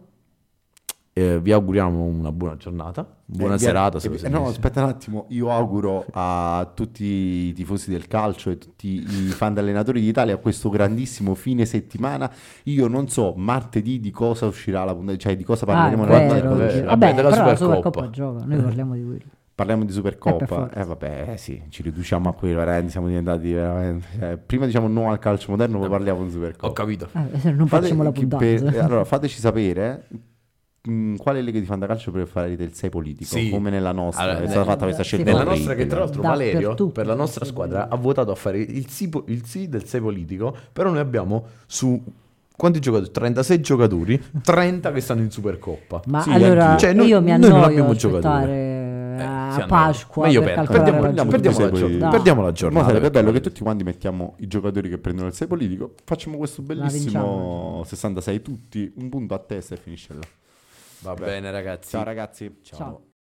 eh, vi auguriamo una buona giornata, buona Eh, vi- serata. eh, se lo vi- sentite. no, aspetta un attimo. Io auguro a tutti i tifosi del calcio e tutti i fan allenatori d'Italia questo grandissimo fine settimana. Io non so martedì di cosa uscirà la puntata, cioè di cosa Ah, è parleremo. la puntata vero, di cosa oggi. uscirà. Vabbè, Vabbè, della però la Supercoppa. Supercoppa gioca, noi parliamo di quello. Parliamo di Eh, per Supercoppa. forza. Eh, vabbè, eh, sì, ci riduciamo a quello. Veramente siamo diventati veramente. cioè, prima diciamo no al calcio moderno, poi parliamo di Supercoppa. Ho capito. Eh, se non Fate- facciamo la chi- puntata. per- eh, allora, fateci sapere eh, mh, quale lega di fantacalcio preferite il 6 politico, Sì. come nella nostra. Allora, è stata eh, fatta questa sì, scelta. fa- Nella orribile. nostra, che tra l'altro, Dappertutto. Valerio per la nostra squadra ha votato a fare il sì, po- il sì del 6 politico. Però noi abbiamo su quanti giocatori? 36 giocatori, 30 che stanno in Supercoppa. Ma Sì, allora anch'io. Cioè, noi- io mi noi non annoio abbiamo a giocatore. aspettare Eh, si a annoia. Pasqua Meglio per perdere. calcolare la giornata. Perdiamo- perdiamo la Poi- giornata. Dai. Perdiamo la Ma giornata. sarebbe perché- bello che tutti quanti mettiamo i giocatori che prendono il 6 politico, facciamo questo bellissimo vinciamo. 66 tutti, un punto a testa e finisce là. Va bene, ragazzi. Ciao ragazzi. Ciao.